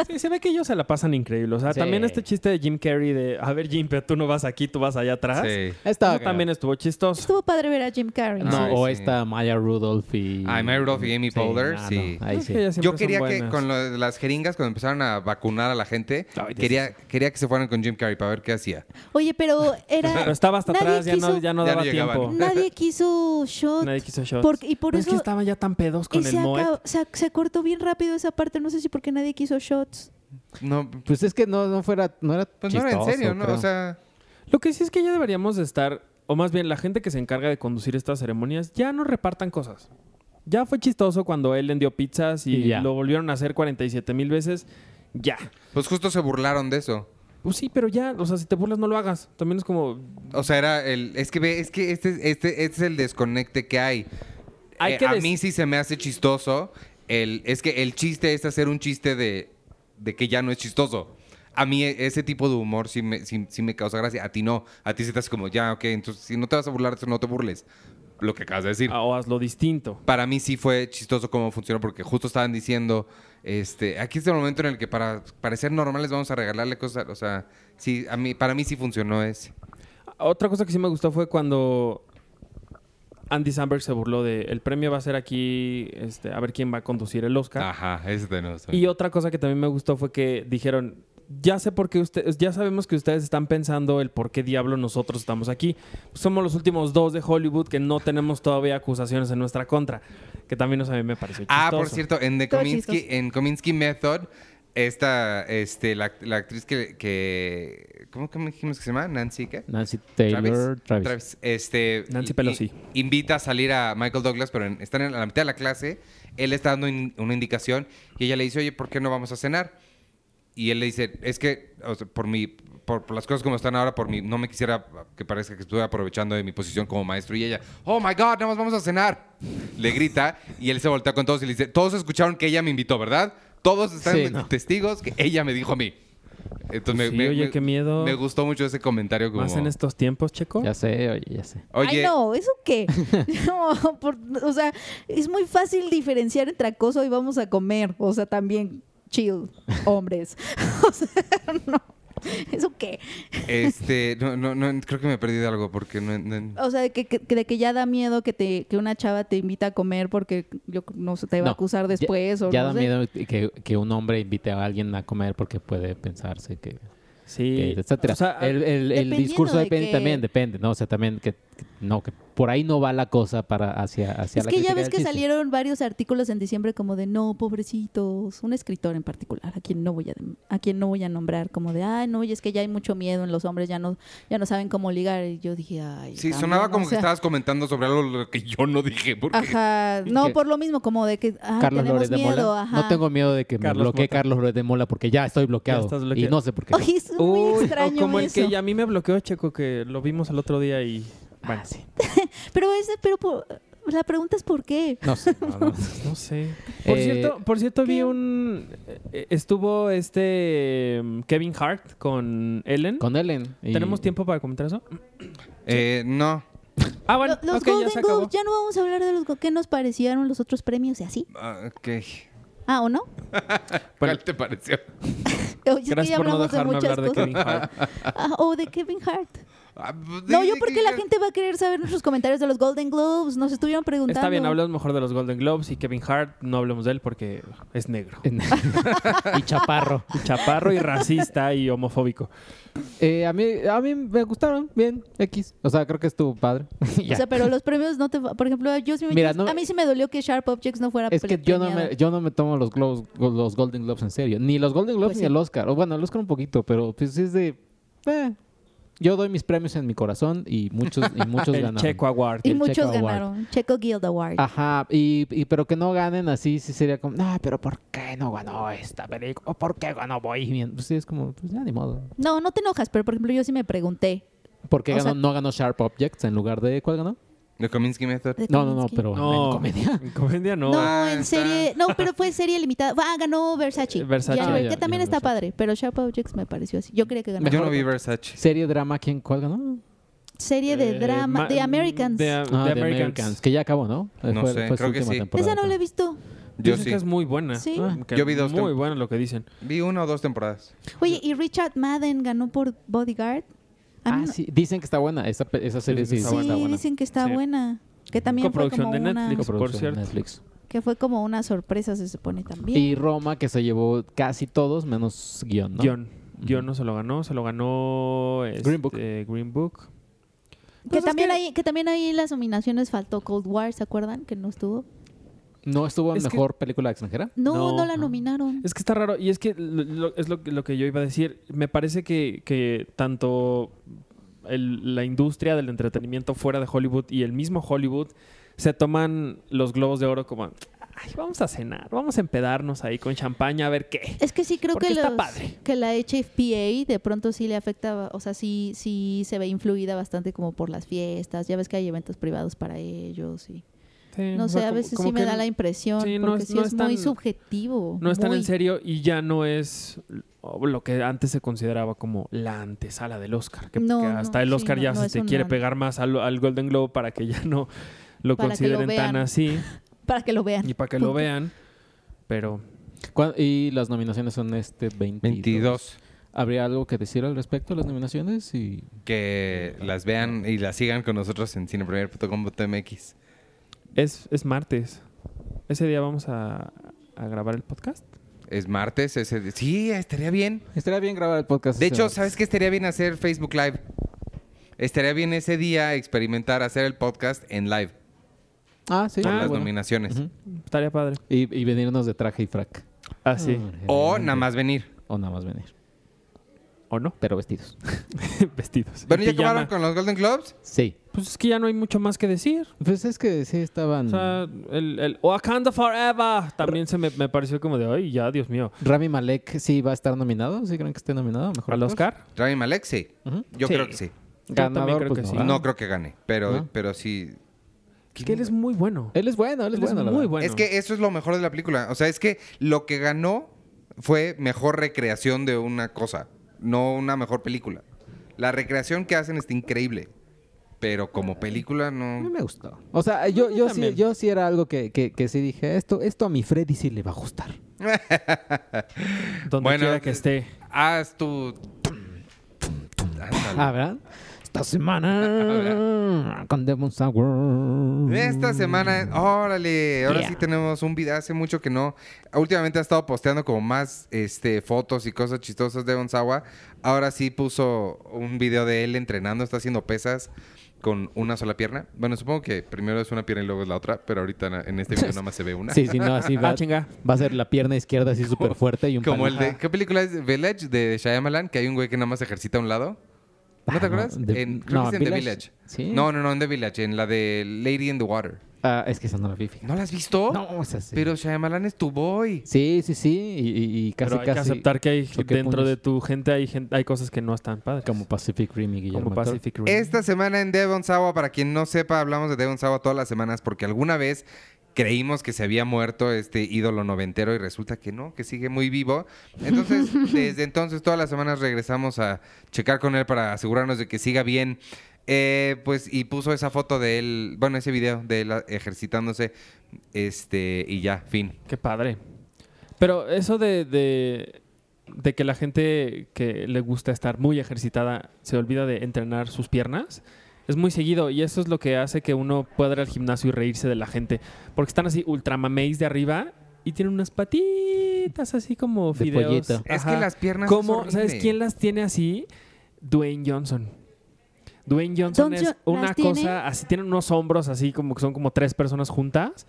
S2: Sí, se ve que ellos se la pasan increíble. O sea,
S4: Sí.
S2: también este chiste de Jim Carrey de, a ver Jim, pero tú no vas aquí, tú vas allá atrás.
S1: Sí.
S4: Estaba
S2: Eso también estuvo chistoso.
S3: Estuvo padre ver a Jim Carrey.
S4: No,
S1: Ah,
S4: o
S1: sí.
S4: esta Maya Rudolph y...
S1: Ah, Maya Rudolph y Amy Poehler,
S4: ah,
S1: sí.
S4: no, ahí sí.
S2: Ellas siempre
S1: Yo
S2: son
S1: quería que
S2: buenas.
S1: con lo de las jeringas, cuando empezaron a vacunar a la gente,
S2: Ay, Dios.
S1: quería, quería que se fueran con Jim Carrey para ver qué hacía.
S3: Oye, pero era.
S2: Pero estaba hasta
S3: nadie
S2: atrás, ya no,
S3: quiso-
S2: ya no
S1: Ya no
S2: daba
S1: llegaban.
S2: tiempo.
S3: Nadie quiso shot.
S2: Nadie quiso shots.
S3: Porque- y por
S2: Pero es que
S3: eso-
S2: estaban ya tan pedos con
S3: y
S2: el
S3: se,
S2: Moet.
S3: acabó- se, se cortó bien rápido esa parte. No sé si porque nadie quiso shots.
S1: No,
S4: Pues es que no, no fuera... No era
S1: pues no era en
S4: chistoso,
S1: serio, ¿no?
S4: creo.
S1: O sea,
S2: Lo que sí es que ya deberíamos de estar, o más bien la gente que se encarga de conducir estas ceremonias, ya no repartan cosas. Ya fue chistoso cuando él vendió pizzas y
S4: Y ya.
S2: lo volvieron a hacer 47 mil veces. Ya.
S1: pues justo se burlaron de eso.
S2: Pues sí, pero ya, o sea, si te burlas no lo hagas. También es como,
S1: O sea, era el. Es que ve, es que este, este, este es el desconecte que hay.
S2: Hay
S1: Eh,
S2: que
S1: a
S2: des-
S1: mí sí se me hace chistoso. El, es que el chiste es hacer un chiste de, de que ya no es chistoso. A mí e- ese tipo de humor sí me, sí, sí me causa gracia. A ti no. A ti sí estás como, ya, ok, entonces si no te vas a burlar, entonces no te burles. Lo que acabas de decir.
S2: ah, o hazlo distinto.
S1: Para mí sí fue chistoso cómo funcionó porque justo estaban diciendo, este, aquí es el momento en el que para parecer normales vamos a regalarle cosas. O sea, sí, a mí, para mí sí funcionó ese.
S2: Otra cosa que sí me gustó fue cuando Andy Samberg se burló de el premio va a ser aquí, este, a ver quién va a conducir el Oscar.
S1: Ajá, ese tenemos.
S2: Y otra cosa que también me gustó fue que dijeron, ya sé por qué ustedes, ya sabemos que ustedes están pensando el por qué diablo nosotros estamos aquí. Somos los últimos dos de Hollywood que no tenemos todavía acusaciones en nuestra contra, que también eso a mí me pareció chistoso.
S1: Ah, por cierto, en The
S3: Todo
S1: Kominsky,
S3: chistoso.
S1: en Kominsky Method, esta, este, la, la actriz que, que- ¿cómo que me dijimos que se llama? Nancy, ¿qué?
S4: Nancy Taylor, Travis.
S1: Travis, este,
S2: Nancy
S1: i-
S2: Pelosi.
S1: i- invita a salir a Michael Douglas, pero en- están en la mitad de la clase. Él está dando in- una indicación y ella le dice, oye, ¿por qué no vamos a cenar? Y él le dice, es que o sea, por mi, por, por las cosas como están ahora, por mi, no me quisiera que parezca que estuve aprovechando de mi posición como maestro. Y ella, oh my God, nada más vamos a cenar. Le grita y él se voltea con todos y le dice, todos escucharon que ella me invitó, ¿verdad? Todos están
S4: Sí, no.
S1: testigos que ella me dijo a mí. Entonces me,
S2: Sí,
S1: me-
S2: oye,
S1: me-
S2: qué miedo.
S1: me gustó mucho ese comentario. Como,
S2: Más en este- estos tiempos, Checo.
S4: Ya sé, oye, ya sé.
S1: Oye,
S3: Ay, no, ¿eso qué? No, por- o sea, es muy fácil diferenciar entre acoso y vamos a comer. O sea, también chill, hombres. O sea, no. ¿Eso qué?
S1: Este, no, no, no, creo que me perdí de algo porque no. no-
S3: O sea, de que, que- de que ya da miedo que te que una chava te invita a comer porque yo no sé, te va
S4: No,
S3: a acusar después
S4: ya,
S3: o
S4: ya
S3: no
S4: da
S3: sé.
S4: miedo que, que un hombre invite a alguien a comer porque puede pensarse que...
S2: Sí.
S1: eh,
S4: que etcétera.
S2: O sea,
S4: el, el- el
S3: dependiendo
S4: discurso
S3: de
S4: depende
S3: que-
S4: también, depende, ¿no? O sea, también que, que- no, que por ahí no va la cosa para hacia, hacia
S3: Es
S4: la
S3: que ya
S4: crítica
S3: ves
S4: del
S3: que
S4: chiste.
S3: salieron varios artículos en diciembre como de no, pobrecitos, un escritor en particular, a quien no voy a a quien no voy a nombrar, como de ay no, y es que ya hay mucho miedo en los hombres, ya no, ya no saben cómo ligar. Y yo dije, ay,
S1: Sí,
S3: también,
S1: sonaba como
S3: o
S1: que
S3: sea,
S1: estabas comentando sobre algo lo que yo no dije. Porque
S3: Ajá, no,
S4: que-
S3: por lo mismo, como de que ay,
S4: Carlos
S3: Ah, tenemos
S4: Lórez de
S3: miedo,
S4: Mola.
S3: ajá.
S4: No tengo miedo de que
S2: Carlos
S4: me bloquee
S2: Mota.
S4: Carlos Lórez de Mola porque ya estoy bloqueado.
S2: estás
S4: y
S2: bloqueado.
S4: no sé por qué.
S3: Ay, es muy
S2: Uy, o
S3: extraño
S2: como
S3: eso.
S2: el que a mí me bloqueó Checo, que lo vimos el otro día y... Bueno,
S4: Ah, sí.
S3: Pero ese, pero por- la pregunta es por qué.
S4: No sé. no, no.
S2: pues, No sé. Por
S4: Eh,
S2: cierto, por cierto vi
S3: ¿qué?
S2: un eh, estuvo este mm, Kevin Hart con Ellen.
S4: Con Ellen. y-
S2: ¿Tenemos tiempo para comentar eso?
S1: Eh, no.
S2: Ah, bueno,
S3: Lo- los
S2: ok, ya
S3: Golden
S2: se acabó.
S3: Globes, ya no vamos a hablar de los go- qué nos parecieron los otros premios y así.
S1: Ah, ok.
S3: Ah, ¿o no?
S2: Bueno.
S1: ¿Cuál te pareció?
S3: Oye, es que ya
S2: Gracias por no
S3: hablamos de
S2: dejarme
S3: muchas
S2: hablar de
S3: cosas.
S2: Kevin Hart.
S3: Ah, o de Kevin Hart.
S1: Ah, pues,
S3: No, yo porque la gente va a querer saber nuestros comentarios de los Golden Globes. Nos estuvieron preguntando.
S2: Está bien, hablamos mejor de los Golden Globes y Kevin Hart, no hablemos de él porque es negro.
S4: y Chaparro.
S2: Y Chaparro y racista y homofóbico.
S4: Eh, a, mí, a mí me gustaron. Bien. X. O sea, creo que estuvo padre. Ya.
S3: O sea, pero los premios no te... va- Por ejemplo, yo sí me-
S4: Mira, no-
S3: a mí sí me dolió que Sharp Objects no fuera
S4: es que
S3: pre-
S4: yo no,
S3: premiada.
S4: me, yo no me tomo los, Globes- los Golden Globes en serio. Ni los Golden Globes
S3: Pues
S4: ni
S3: sí.
S4: el Oscar. O bueno, el Oscar un poquito, pero pues es de... eh, yo doy mis premios en mi corazón y muchos, y muchos
S2: el
S4: ganaron.
S2: Checo Award.
S3: Y
S4: el
S3: muchos
S4: Checo Award. Ah.
S3: ganaron. Checo Guild Award.
S4: Ajá, y, y- pero que no ganen así, sí sería como, no, pero ¿por qué no ganó esta película? ¿O ¿Por qué ganó Bohemian? Pues sí, es como, pues ya ni modo.
S3: No, no te enojas, pero por ejemplo yo sí me pregunté.
S4: ¿Por qué
S3: O
S4: ganó,
S3: sea-
S4: no ganó Sharp Objects en lugar de cuál ganó?
S1: The Kominsky Method.
S3: de
S4: No, no, no,
S3: Kominsky.
S4: pero en comedia.
S2: En comedia no.
S3: No,
S1: Ah,
S3: en
S1: está.
S3: serie... No, pero fue serie limitada. Ah, ganó Versace.
S2: Versace.
S3: Ya,
S4: Ah,
S3: que
S4: ya,
S3: también
S4: ya,
S3: está
S4: Versace.
S3: padre, pero Sharp Objects me pareció así. Yo creía que ganó.
S1: Yo no vi Versace.
S4: Serie drama, ¿quién cuál ganó?
S3: Serie de
S2: Eh,
S3: drama.
S2: ma-
S3: The Americans.
S2: The,
S4: Ah,
S2: The
S4: The
S2: Americans.
S4: que ya acabó, ¿no? Eh,
S1: No sé,
S4: su
S1: creo que
S4: última
S1: sí.
S4: temporada.
S3: Esa no la he visto.
S1: Yo
S2: Dicen
S1: sí.
S2: que es muy buena.
S3: Sí.
S4: Ah,
S2: Que
S1: yo vi dos
S2: Muy
S1: tem-
S2: buena lo que dicen.
S1: Vi una o dos temporadas.
S3: Oye, ¿y Richard Madden ganó por Bodyguard? A mí
S4: Ah,
S3: no-
S4: sí, dicen que está buena. Esa, pe- esa serie sí,
S2: Dicen que
S4: está
S2: está
S4: buena.
S3: Sí, dicen que está
S2: Sí.
S3: buena. Que también fue
S2: Coproducción
S3: como,
S2: de
S3: una,
S2: Netflix.
S4: Coproducción
S2: Por cierto.
S4: de Netflix.
S3: que fue como una sorpresa, se supone también.
S4: Y Roma, que se llevó casi todos, menos guión, ¿no?
S2: Guion. Guion no se lo ganó, se lo ganó este,
S4: Book.
S2: Green Book.
S3: que,
S2: Pues es
S3: también
S2: que-
S3: ahí, que también ahí en las nominaciones faltó Cold War, ¿se acuerdan? Que no estuvo.
S4: ¿No estuvo en
S2: Es que-
S4: mejor película extranjera?
S3: No, no,
S2: No.
S3: la
S2: Ah.
S3: nominaron.
S2: Es que está raro, y es que lo- lo- es lo, que- lo que yo iba a decir. Me parece que, que tanto el- la industria del entretenimiento fuera de Hollywood y el mismo Hollywood se toman los globos de oro como, ay, vamos a cenar, vamos a empedarnos ahí con champaña a ver qué.
S3: Es que sí creo
S2: Porque
S3: que,
S2: está
S3: los-
S2: padre.
S3: que la HFPA de pronto sí le afecta, o sea, sí, sí se ve influida bastante como por las fiestas. Ya ves que hay eventos privados para ellos y
S2: Sí,
S3: no
S2: o
S3: sé,
S2: sea,
S3: a
S2: como-
S3: veces
S2: como
S3: sí me
S2: que
S3: da la impresión
S2: sí, no
S3: porque
S2: es-
S3: sí
S2: no
S3: es,
S2: es
S3: muy
S2: tan-
S3: subjetivo.
S2: No es tan en
S3: muy-
S2: serio y ya no es lo que antes se consideraba como la antesala del Oscar. Que,
S3: No,
S2: que
S3: no,
S2: hasta el
S3: sí,
S2: Oscar
S3: no,
S2: ya
S3: no
S2: se
S3: es
S2: te
S3: un
S2: quiere
S3: ant-
S2: pegar más al, al Golden Globe para que ya no lo
S3: Para que lo
S2: consideren tan
S3: vean.
S2: así
S3: Para que lo vean.
S2: y para que lo
S3: Punto.
S2: vean. Pero
S4: ¿Cuán- Y las nominaciones son este 22.
S1: 22.
S4: ¿Habría algo que decir al respecto a las nominaciones? Y
S1: Que las vean y las sigan con nosotros en cinepremier.com.mx.
S2: es, es martes. Ese día vamos a, a grabar el podcast.
S1: Es martes. Ese... Sí, estaría bien.
S4: estaría bien grabar el podcast.
S1: De
S4: ese
S1: hecho,
S4: martes.
S1: ¿sabes qué estaría bien hacer Facebook Live? Estaría bien ese día experimentar hacer el podcast en live
S4: Ah, sí.
S1: con
S4: ah,
S1: las
S4: bueno.
S1: nominaciones.
S4: Ujú.
S2: Estaría padre. Mm.
S4: y, y venirnos de traje y frac.
S1: Ah,
S2: Así.
S1: O nada más venir.
S4: O nada más venir.
S2: ¿O no?
S4: Pero vestidos.
S2: Vestidos.
S1: Bueno,
S2: En
S1: ya
S2: pijama.
S1: acabaron con los Golden Globes.
S4: Sí.
S2: Pues es que ya no hay mucho más que decir.
S4: Pues es que sí estaban.
S2: O sea,
S1: Mm.
S2: el, el Wakanda Forever también se me, me pareció como de, ay, ya, Dios mío.
S4: Rami Malek sí va a estar nominado. ¿Sí creen que esté nominado? Mejor
S2: ¿Al
S4: actor?
S2: Oscar?
S1: Rami Malek, sí.
S4: Ujú.
S1: Yo
S2: Sí.
S1: creo que sí.
S2: Yo
S4: Ganador,
S2: también creo
S4: pues,
S2: que
S4: no,
S2: sí.
S4: ¿verdad?
S1: No creo que gane, pero,
S4: ¿No?
S1: pero sí.
S2: Es que él es muy bueno.
S4: Él es bueno, él es
S2: Él
S4: bueno. la
S2: muy
S4: verdad.
S2: bueno.
S1: Es que eso es lo mejor de la película. O sea, es que lo que ganó fue mejor recreación de una cosa, no una mejor película. La recreación que hacen está increíble, pero como película
S4: A mí
S1: no.
S4: me gustó. O sea, yo,
S2: yo
S4: yo, sí,
S2: también.
S4: yo sí era algo que, que, que sí dije, esto, esto a mi Freddy sí le va a gustar.
S2: Donde
S1: Bueno,
S2: quiera que esté.
S1: Ah, Haz tu. Ándale.
S4: Ah, ¿verdad? Esta semana con Demon
S1: Eh,
S4: Sour.
S1: Esta semana, órale, ahora sí tenemos un video, hace mucho que no. Últimamente ha estado posteando como más este, fotos y cosas chistosas de Onzawa. Ahora sí puso un video de él entrenando, está haciendo pesas con una sola pierna. Bueno, supongo que primero es una pierna y luego es la otra, pero ahorita na- en este video nada más se ve una.
S4: Sí, sí, no, así va.
S2: Ah, chinga.
S4: va a ser la pierna izquierda así súper fuerte y un
S1: Como el
S4: palo.
S1: de, ¿qué película es? Village de Shyamalan, que hay un güey que nada más ejercita a un lado. ¿No
S4: Ah,
S1: te
S4: no,
S1: acuerdas?
S4: de-
S1: En- creo
S4: no,
S1: que es en The
S4: Village.
S1: Village.
S4: Sí.
S1: No, no, no, en The Village, en la de Lady in the Water.
S4: Ah, es que esa no la vi. fíjate.
S1: ¿No la has visto?
S4: No, o sea, sí.
S1: Pero Shyamalan es tu boy.
S4: Sí, sí, sí. Y, y- y casi,
S2: Pero hay
S4: casi.
S2: que aceptar que hay
S4: choqué
S2: dentro de
S4: puños.
S2: tu gente hay gente, hay cosas que no están padres.
S4: Como Pacific Rim y Guillermo
S2: Como
S4: del Toro.
S2: Pacific Rim.
S1: Esta semana en Devon Sawa, para quien no sepa, hablamos de Devon Sawa todas las semanas porque alguna vez creímos que se había muerto este ídolo noventero y resulta que no, que sigue muy vivo. Entonces, desde entonces todas las semanas regresamos a checar con él para asegurarnos de que siga bien. Eh, pues y puso esa foto de él, bueno, ese video de él ejercitándose este y ya, fin.
S2: Qué padre. Pero eso de, de, de que la gente que le gusta estar muy ejercitada se olvida de entrenar sus piernas, es muy seguido y eso es lo que hace que uno pueda ir al gimnasio y reírse de la gente. Porque están así ultramaméis de arriba y tienen unas patitas así como
S4: De
S2: fideos.
S4: pollito.
S1: Es
S2: Ajá.
S1: que las piernas
S2: ¿Cómo?
S1: es
S2: ¿Sabes
S1: horrible.
S2: quién las tiene así? Dwayne Johnson. Dwayne Johnson
S3: Don
S2: es
S3: Jo-
S2: una
S3: las tiene-
S2: cosa así, tiene unos hombros así como que son como tres personas juntas,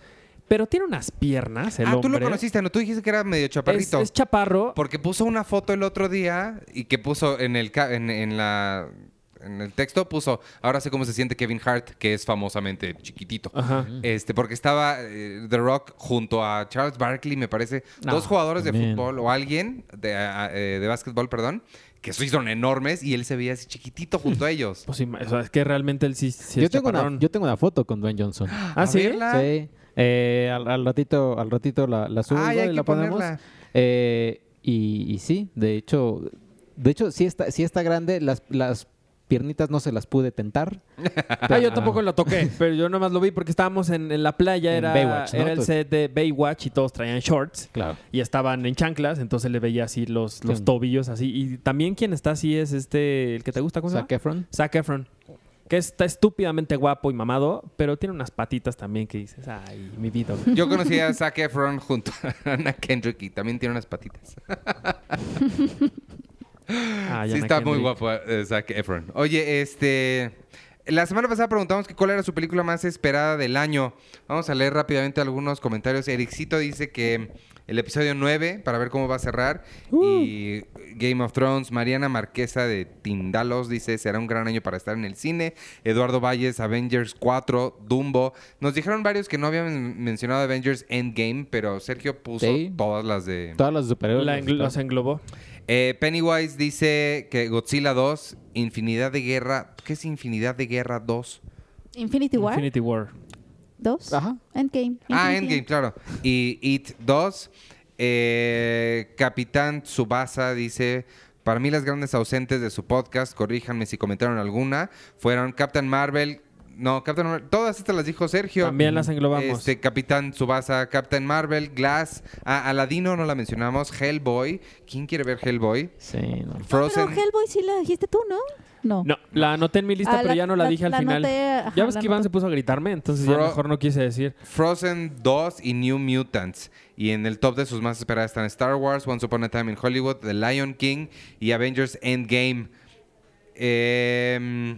S2: pero tiene unas piernas el
S1: Ah, tú lo
S2: hombre.
S1: conociste, no tú dijiste que era medio
S2: es,
S1: chaparrito.
S2: es chaparro.
S1: Porque puso una foto el otro día y que puso en el ca- en, en la en el texto puso ahora sé cómo se siente Kevin Hart que es famosamente chiquitito.
S4: Ah.
S2: Ajá.
S1: Este porque estaba eh, The Rock junto a Charles Barkley me parece
S4: No,
S1: dos jugadores de
S4: también.
S1: fútbol o alguien de, ah, eh, de básquetbol perdón que sí son enormes y él se veía así chiquitito junto a ellos.
S2: Pues sí, o sea, es que realmente él sí, sí
S4: yo,
S2: es
S4: tengo una,
S2: chaparrón.
S4: yo tengo una foto con Dwayne Johnson.
S2: Ah,
S1: A
S2: sí.
S1: verla.
S4: Sí. Eh, al, al ratito, al ratito la, la subo
S1: Ay, hay
S4: y
S1: que
S4: la ponemos.
S1: ponerla.
S4: Eh, y, y sí, de hecho, de hecho sí está, sí está grande. Las, las piernitas no se las pude tentar.
S2: Ah, yo tampoco lo toqué, pero yo nomás lo vi porque estábamos en, en la playa,
S4: En
S2: era,
S4: Baywatch, ¿no?
S2: era el
S4: Tú-
S2: set de Baywatch y todos traían shorts.
S4: Claro.
S2: y estaban en chanclas, entonces le veía así los, los
S4: Sí.
S2: tobillos así. Y también quien está así es este, el que te gusta, ¿cómo se llama?
S4: Zac Efron.
S2: Zac Efron. Que está estúpidamente guapo y mamado, pero tiene unas patitas también que dices, ay, mi vida. güey".
S1: Yo conocí a Zac Efron junto a Anna Kendrick y también tiene unas patitas.
S2: Ay,
S1: sí,
S2: Ana
S1: está muy
S2: Ah, Kendrick.
S1: guapo eh, Zac Efron. Oye, este. La semana pasada preguntamos que cuál era su película más esperada del año. Vamos a leer rápidamente algunos comentarios. Ericito dice que el episodio 9, para ver cómo va a cerrar. Y Game of Thrones. Mariana Marquesa de Tindalos dice, será un gran año para estar en el cine. Eduardo Valles, Avengers 4, Dumbo. Nos dijeron varios que no habían mencionado Avengers Endgame, pero Sergio puso
S4: Sí.
S1: todas las de...
S4: Todas las superhéroes.
S2: La
S4: las
S2: englo- los
S4: están-
S2: englobó.
S1: Eh, Pennywise dice que Godzilla 2, Infinidad de Guerra. ¿Qué es Infinidad de Guerra 2?
S3: Infinity War
S2: Infinity War.
S3: 2.
S4: Ajá.
S3: Endgame.
S1: Ah,
S3: Infinity
S1: Endgame, claro. Y It 2. Eh, Capitán Tsubasa dice. Para mí las grandes ausentes de su podcast, corríjanme si comentaron alguna, fueron Captain Marvel, no, Captain Marvel, todas estas las dijo Sergio.
S2: También las englobamos.
S1: Este, Capitán Tsubasa, Captain Marvel, Glass, ah, Aladino no la mencionamos, Hellboy, ¿quién quiere ver Hellboy?
S4: Sí, no.
S3: No, pero Hellboy sí la dijiste tú, ¿no? No.
S2: No, la anoté en mi lista,
S3: Ah,
S2: pero
S3: la-
S2: ya no la,
S3: la-
S2: dije al
S3: la
S2: final.
S3: anoté, ajá,
S2: ya ves
S3: la
S2: que Iván se
S3: anoté.
S2: puso a gritarme, entonces ya
S1: Fro-
S2: mejor no quise decir.
S1: Frozen 2 y New Mutants. Y en el top de sus más esperadas están Star Wars, Once Upon a Time in Hollywood, The Lion King y Avengers Endgame. Eh,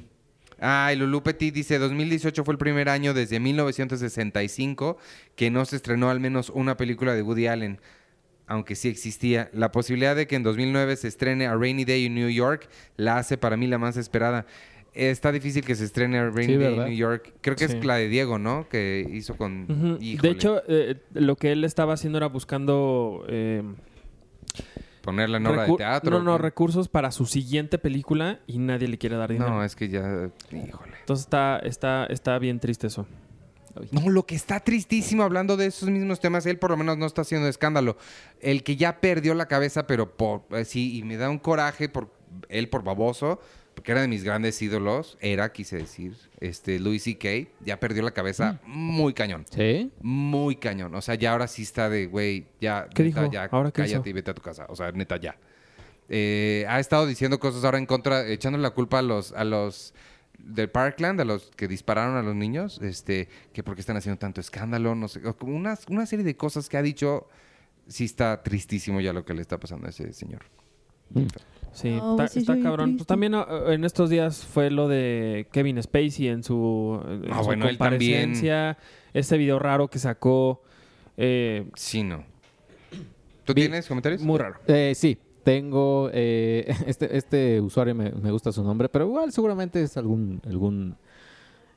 S1: ay, Lulu Petit dice, 2018 fue el primer año desde 1965 que no se estrenó al menos una película de Woody Allen. Aunque sí existía, la posibilidad de que en 2009 se estrene A Rainy Day in New York la hace para mí la más esperada. Está difícil que se estrene A Rainy Day
S4: Sí,
S1: in
S4: ¿verdad?
S1: New York. Creo que
S2: Sí.
S1: es la de Diego, ¿no? Que hizo con...
S2: Ujú. De
S1: Híjole,
S2: hecho, eh, lo que él estaba haciendo era buscando eh,
S1: ponerla en obra de
S2: Recu-
S1: teatro.
S2: No, no, recursos para su siguiente película y nadie le quiere dar dinero.
S1: No, es que ya... Híjole.
S2: Entonces está, está, está bien triste eso.
S1: No, lo que está tristísimo hablando de esos mismos temas, él por lo menos no está haciendo escándalo. El que ya perdió la cabeza, pero por eh, sí, y me da un coraje por él por baboso, porque era de mis grandes ídolos, era, quise decir, este Louis C.K., ya perdió la cabeza muy cañón.
S4: Sí.
S1: Muy cañón. O sea, ya ahora sí está de, güey, ya,
S2: ¿Qué
S1: neta,
S2: dijo?
S1: ya,
S2: ¿Ahora qué
S1: cállate
S2: hizo?
S1: y vete a tu casa. O sea, neta, ya. Eh, ha estado diciendo cosas ahora en contra, echándole la culpa a los, a los del Parkland, a los que dispararon a los niños, este, que porque están haciendo tanto escándalo, no sé, o como unas- una serie de cosas que ha dicho. Sí está tristísimo ya lo que le está pasando a ese señor.
S2: Sí,
S3: No,
S2: está,
S3: sí,
S2: está
S3: soy bien
S2: cabrón. Pues
S3: triste.
S2: también ah, en estos días fue lo de Kevin Spacey en su, en
S1: Ah,
S2: su
S1: bueno, él también.
S2: comparecencia. Ese video raro que sacó. eh,
S1: Sí, no. ¿Tú
S4: Vi-
S1: tienes comentarios?
S2: muy raro.
S4: Eh, sí, tengo eh, este, este usuario me, me gusta su nombre, pero igual seguramente es algún algún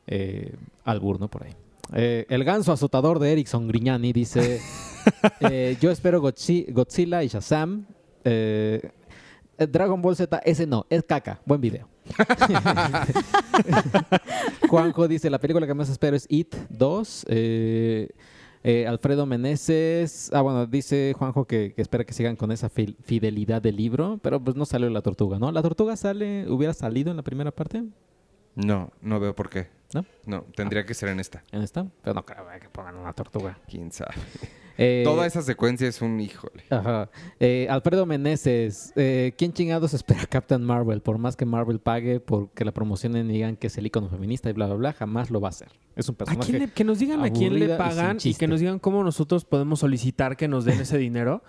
S4: eh, albur, ¿no? Por ahí. Eh, el ganso azotador de Erickson Grignani dice: eh, Yo espero Godzi- Godzilla y Shazam. Eh, eh, Dragon Ball Z, ese no, es caca. Buen video. Juanjo dice: La película que más espero es It 2. Eh, eh, Alfredo Meneses. Ah, bueno, dice Juanjo que, que espera que sigan con esa fil- fidelidad del libro, pero pues no salió la tortuga, ¿no? ¿La tortuga sale, hubiera salido en la primera parte?
S1: No, no veo por qué.
S4: ¿No?
S1: No, tendría
S2: Ah.
S1: que ser en esta.
S4: ¿En esta? Pero no creo eh, que pongan una tortuga.
S1: Quién sabe.
S4: Eh,
S1: Toda esa secuencia es un híjole.
S4: Ajá. Eh, Alfredo Meneses, eh, ¿quién chingados espera a Captain Marvel? Por más que Marvel pague, porque la promocionen y digan que es el icono feminista y bla, bla, bla, jamás lo va a hacer. Es un
S2: ¿A
S4: personaje.
S2: quién le- que nos digan a quién le
S4: aburrida y sin
S2: pagan y,
S4: chiste.
S2: que nos digan cómo nosotros podemos solicitar que nos den ese dinero.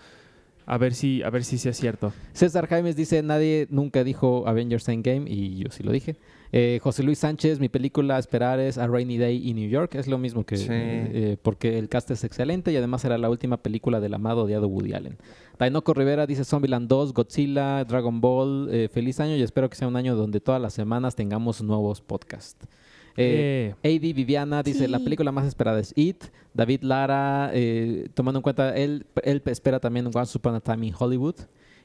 S2: A ver si, a ver si sí es cierto.
S4: César Jaimes dice, nadie nunca dijo Avengers Endgame y yo sí lo dije. Eh, José Luis Sánchez, mi película a esperar es A Rainy Day in New York. Es lo mismo que...
S1: Sí.
S4: eh, eh, porque el cast es excelente y además será la última película del amado odiado Woody Allen. Dainoco Rivera dice Zombieland 2, Godzilla, Dragon Ball. eh, feliz año y espero que sea un año donde todas las semanas tengamos nuevos podcasts. Eh,
S2: Eh,
S4: AD Viviana dice, la
S3: Sí.
S4: película más esperada es It. David Lara, eh, tomando en cuenta, él, él espera también Once Upon a Time in Hollywood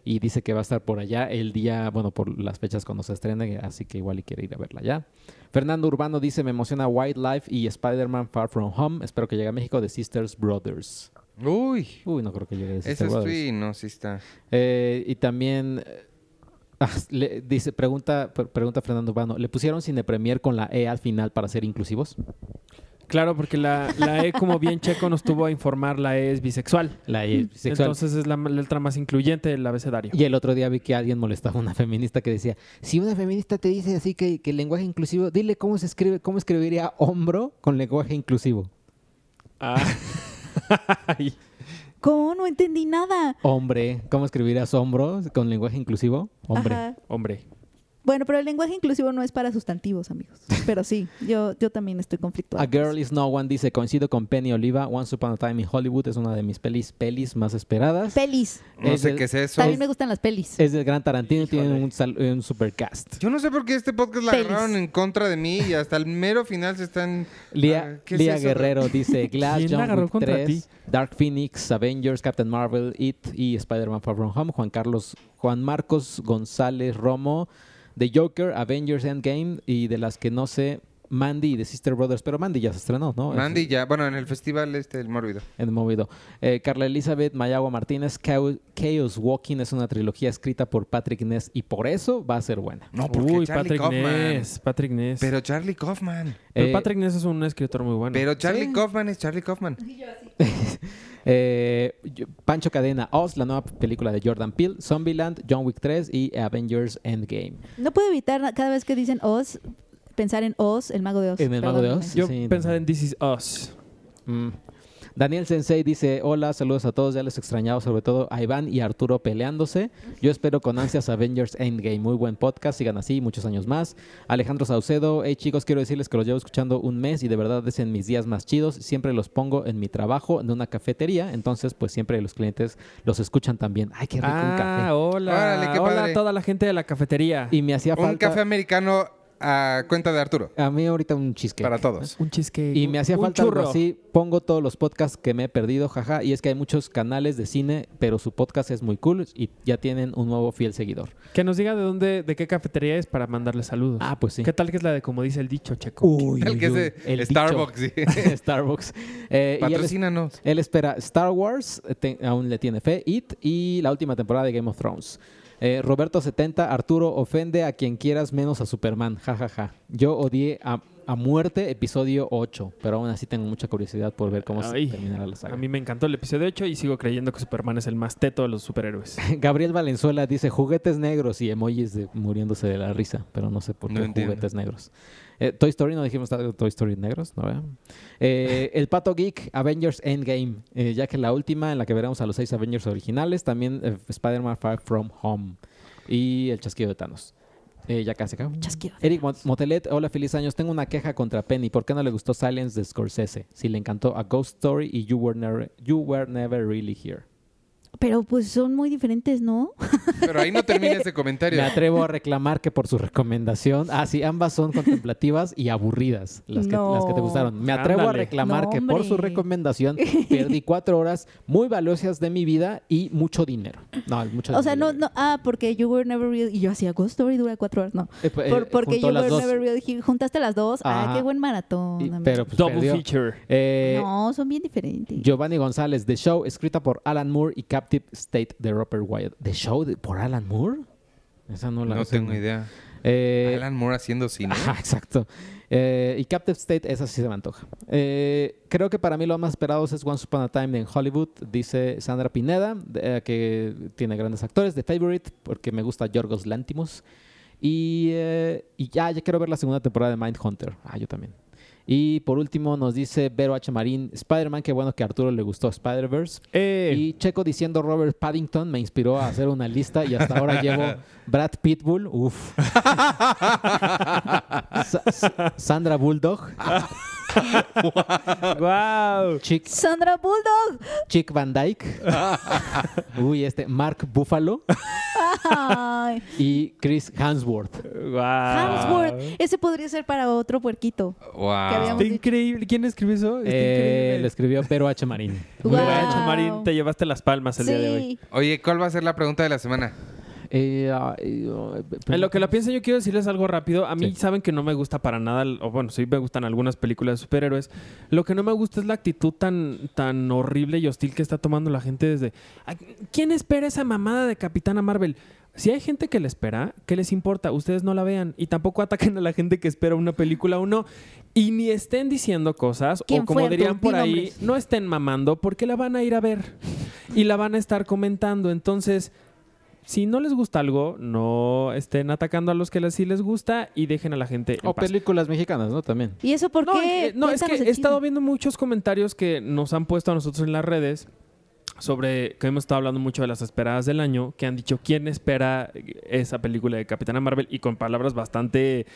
S4: y dice que va a estar por allá el día, bueno, por las fechas cuando se estrene, así que igual y quiere ir a verla ya. Fernando Urbano dice, me emociona Wildlife y Spider-Man Far From Home. Espero que llegue a México de Sisters Brothers.
S1: Uy.
S4: Uy, no creo que llegue de
S1: Esa
S4: Sisters Brothers.
S1: estoy, no, sí está.
S4: Eh, y también eh, ah, le- dice, pregunta, pre- pregunta Fernando Urbano, ¿le pusieron cine premier con la E al final para ser inclusivos?
S2: claro, porque la, la E, como bien Checo nos tuvo a informar, la E es bisexual.
S4: La E sexual.
S2: Entonces es la letra más incluyente del abecedario.
S4: Y el otro día vi que alguien molestaba a una feminista que decía, si una feminista te dice así que, que el lenguaje inclusivo, dile cómo se escribe, cómo escribiría hombro con lenguaje inclusivo.
S2: Ah. Ay.
S3: ¿Cómo? No entendí nada.
S4: Hombre, ¿cómo escribirías hombro con lenguaje inclusivo? Hombre.
S3: Ajá.
S2: Hombre.
S3: Bueno, pero el lenguaje inclusivo no es para sustantivos, amigos. Pero sí, yo, yo también estoy conflictuada.
S4: A Girl Is No One dice, coincido con Penny Oliva, Once Upon a Time in Hollywood es una de mis pelis, pelis más esperadas.
S3: Pelis.
S1: No
S4: Es
S1: sé
S4: el-
S1: qué es eso.
S3: También me gustan las pelis.
S2: eh,
S4: es del gran Tarantino y tiene un, sal- un supercast.
S1: Yo no sé por qué este podcast la
S3: Pelis.
S1: agarraron en contra de mí y hasta el mero final se están.
S4: Lía,
S1: Ah, ¿qué es
S4: Lía
S1: eso?
S4: Guerrero dice Glass,
S2: ¿Quién la
S4: John
S2: agarró
S4: Wick
S2: contra
S4: 3,
S2: ti?
S4: Dark Phoenix, Avengers, Captain Marvel, It y Spider-Man Far From Home. Juan Carlos, Juan Marcos González Romo, The Joker, Avengers Endgame y de las que no sé, Mandy y The Sister Brothers. Pero Mandy ya se estrenó, ¿no? Este.
S1: Mandy ya, bueno, en el festival este, el mórbido.
S4: En movido. Eh, Carla Elizabeth Mayagua Martínez, Chaos, Chaos Walking es una trilogía escrita por Patrick Ness y por eso va a ser buena.
S1: No, porque
S2: Uy,
S1: Charlie
S2: Patrick
S1: Kaufman.
S2: Ness. Patrick Ness. Pero,
S1: Pero Charlie Kaufman.
S4: Eh,
S2: Patrick Ness es un escritor muy bueno.
S1: Pero Charlie
S3: Sí.
S1: Kaufman es Charlie Kaufman.
S4: Eh, yo- Pancho Cadena, Oz, la nueva película de Jordan Peele, Zombieland, John Wick 3 y Avengers Endgame.
S3: No puedo evitar na- cada vez que dicen Oz, pensar en Oz, el mago de Oz.
S4: En el mago de
S3: Perdónenme.
S4: Oz.
S2: Yo
S4: Sí, no.
S2: pensar en This Is Us.
S4: Mm. Daniel Sensei dice, hola, saludos a todos, ya les extrañaba sobre todo a Iván y Arturo peleándose. Yo espero con ansias Avengers Endgame, muy buen podcast, sigan así, muchos años más. Alejandro Saucedo, hey chicos, quiero decirles que los llevo escuchando un mes y de verdad es en mis días más chidos, siempre los pongo en mi trabajo, en una cafetería, entonces pues siempre los clientes los escuchan también. Ay, qué rico un café.
S2: Ah, hola.
S1: Órale, qué
S2: hola
S1: padre.
S2: a toda la gente de la cafetería.
S4: Y me hacía
S1: Un
S4: falta...
S1: café americano a cuenta de Arturo.
S4: A mí ahorita un cheesecake.
S1: Para todos.
S2: un cheesecake.
S4: Y me hacía
S2: un
S4: falta algo
S2: churro.
S4: así. Pongo todos los podcasts que me he perdido, jaja. Y es que hay muchos canales de cine, pero su podcast es muy cool y ya tienen un nuevo fiel seguidor.
S2: Que nos diga de dónde, de qué cafetería es para mandarle saludos.
S4: Ah, pues sí.
S2: ¿Qué tal que es la de como dice el dicho, Checo?
S4: Uy,
S1: Tal
S4: uy,
S1: que es
S4: uy.
S1: de
S4: El
S1: Starbucks. sí.
S4: bicho. Starbucks. Eh, y él, es-
S1: Patrocínanos.
S4: él espera Star Wars, eh, te- aún le tiene fe, It y la última temporada de Game of Thrones. Eh, Roberto 70, Arturo ofende a quien quieras menos a Superman, jajaja. Yo odié a, a muerte episodio 8, pero aún así tengo mucha curiosidad por ver cómo
S2: Ay,
S4: se terminará la saga.
S2: A mí me encantó el episodio 8 y sigo creyendo que Superman es el más teto de los superhéroes.
S4: Gabriel Valenzuela dice juguetes negros y emojis de muriéndose de la risa, pero no sé por qué
S1: No entiendo.
S4: juguetes negros. Eh, Toy Story, no dijimos algo de Toy Story negros, ¿no? verdad? Eh, el Pato Geek, Avengers Endgame, eh, ya que la última en la que veremos a los seis Avengers originales, también eh, Spider-Man Far From Home y el chasquido de Thanos. Eh, ya casi acabo.
S3: Chasquido de
S4: Eric Mot- Motelet, hola, feliz años. Tengo una queja contra Penny. ¿Por qué no le gustó Silence de Scorsese? Si le encantó A Ghost Story y You Were Never, you were never Really Here.
S3: Pero pues son muy diferentes, ¿no?
S1: Pero ahí no termina ese comentario.
S4: Me atrevo a reclamar que por su recomendación, ah, sí, ambas son contemplativas y aburridas, las que,
S3: No.
S4: las que te gustaron. Me atrevo a
S2: Ándale.
S4: reclamar
S3: No,
S4: que por su
S3: hombre.
S4: recomendación perdí cuatro horas muy valiosas de mi vida y mucho dinero. No, mucho
S3: O sea,
S4: dinero.
S3: no, no, ah, porque You Were Never Real y yo hacía Ghost Story dura cuatro horas, no.
S4: Eh, eh,
S3: Por- porque
S4: juntó
S3: You
S4: las
S3: Were
S4: dos.
S3: Never Real dije, juntaste las dos, ah,
S4: Ajá.
S3: qué buen maratón.
S4: Y-
S3: amigo.
S4: pero pues,
S2: Double
S4: perdió.
S2: feature.
S4: Eh,
S3: no, son bien diferentes.
S4: Giovanni González, The Show, escrita por Alan Moore y Captive State de Robert Wyatt. ¿The Show de- por Alan Moore? Esa no la
S1: No
S4: esa
S1: tengo
S4: no.
S1: idea.
S4: Eh,
S1: Alan Moore haciendo cine.
S4: Ajá, exacto. Eh, y Captive State, esa sí se me antoja. Eh, creo que para mí lo más esperado es Once Upon a Time en Hollywood, dice Sandra Pineda, de- eh, que tiene grandes actores. The Favorite, porque me gusta Yorgos Lantimos. Y, eh, y ya, ya quiero ver la segunda temporada de Mindhunter. Ah, yo también. Y por último nos dice Vero H. Marín, Spider-Man, qué bueno que a Arturo le gustó Spider-Verse.
S2: Eh,
S4: Y Checo diciendo Robert Paddington me inspiró a hacer una lista y hasta ahora llevo Brad Pitbull, uff. Sandra Bulldog,
S2: wow.
S4: Chick,
S3: Sandra Bulldog.
S4: Chick Van Dyke, uy, este, Mark Buffalo
S3: Ay,
S4: y Chris Hansworth.
S2: Wow. Ah.
S3: Hemsworth. Ese podría ser para otro puerquito. Que
S1: Wow.
S3: habíamos-
S2: Está increíble. ¿Quién escribió eso? Está
S4: Eh,
S2: increíble.
S4: lo escribió Pero H. Marín.
S2: Muy
S3: Guau.
S2: bien, Marín, te llevaste las palmas el día de hoy.
S3: Sí.
S1: Oye, ¿cuál va a ser la pregunta de la semana?
S4: Eh, ah, eh, oh, eh,
S2: En lo que la pienso, yo quiero decirles algo rápido. A mí
S4: Sí.
S2: saben que no me gusta para nada, o bueno, sí me gustan algunas películas de superhéroes. Lo que no me gusta es la actitud tan, tan horrible y hostil que está tomando la gente desde... "Ay, ¿Quién espera esa mamada de Capitana Marvel? Si hay gente que la espera, ¿qué les importa? Ustedes no la vean y tampoco ataquen a la gente que espera una película o no. Y ni estén diciendo cosas o
S3: ¿Quién
S2: como
S3: fue,
S2: dirían
S3: Arturo?
S2: por
S3: Di
S2: ahí,
S3: nombres.
S2: no estén mamando porque la van a ir a ver y la van a estar comentando. Entonces, si no les gusta algo, no estén atacando a los que les- sí les gusta y dejen a la gente en
S4: O
S2: paz.
S4: películas mexicanas, ¿no? También.
S3: ¿Y eso por
S2: No,
S3: qué?
S2: eh, no, es que
S3: Cuéntanos
S2: he
S3: el
S2: estado
S3: chisme.
S2: viendo muchos comentarios que nos han puesto a nosotros en las redes sobre que hemos estado hablando mucho de las esperadas del año, que han dicho quién espera esa película de Capitana Marvel y con palabras bastante...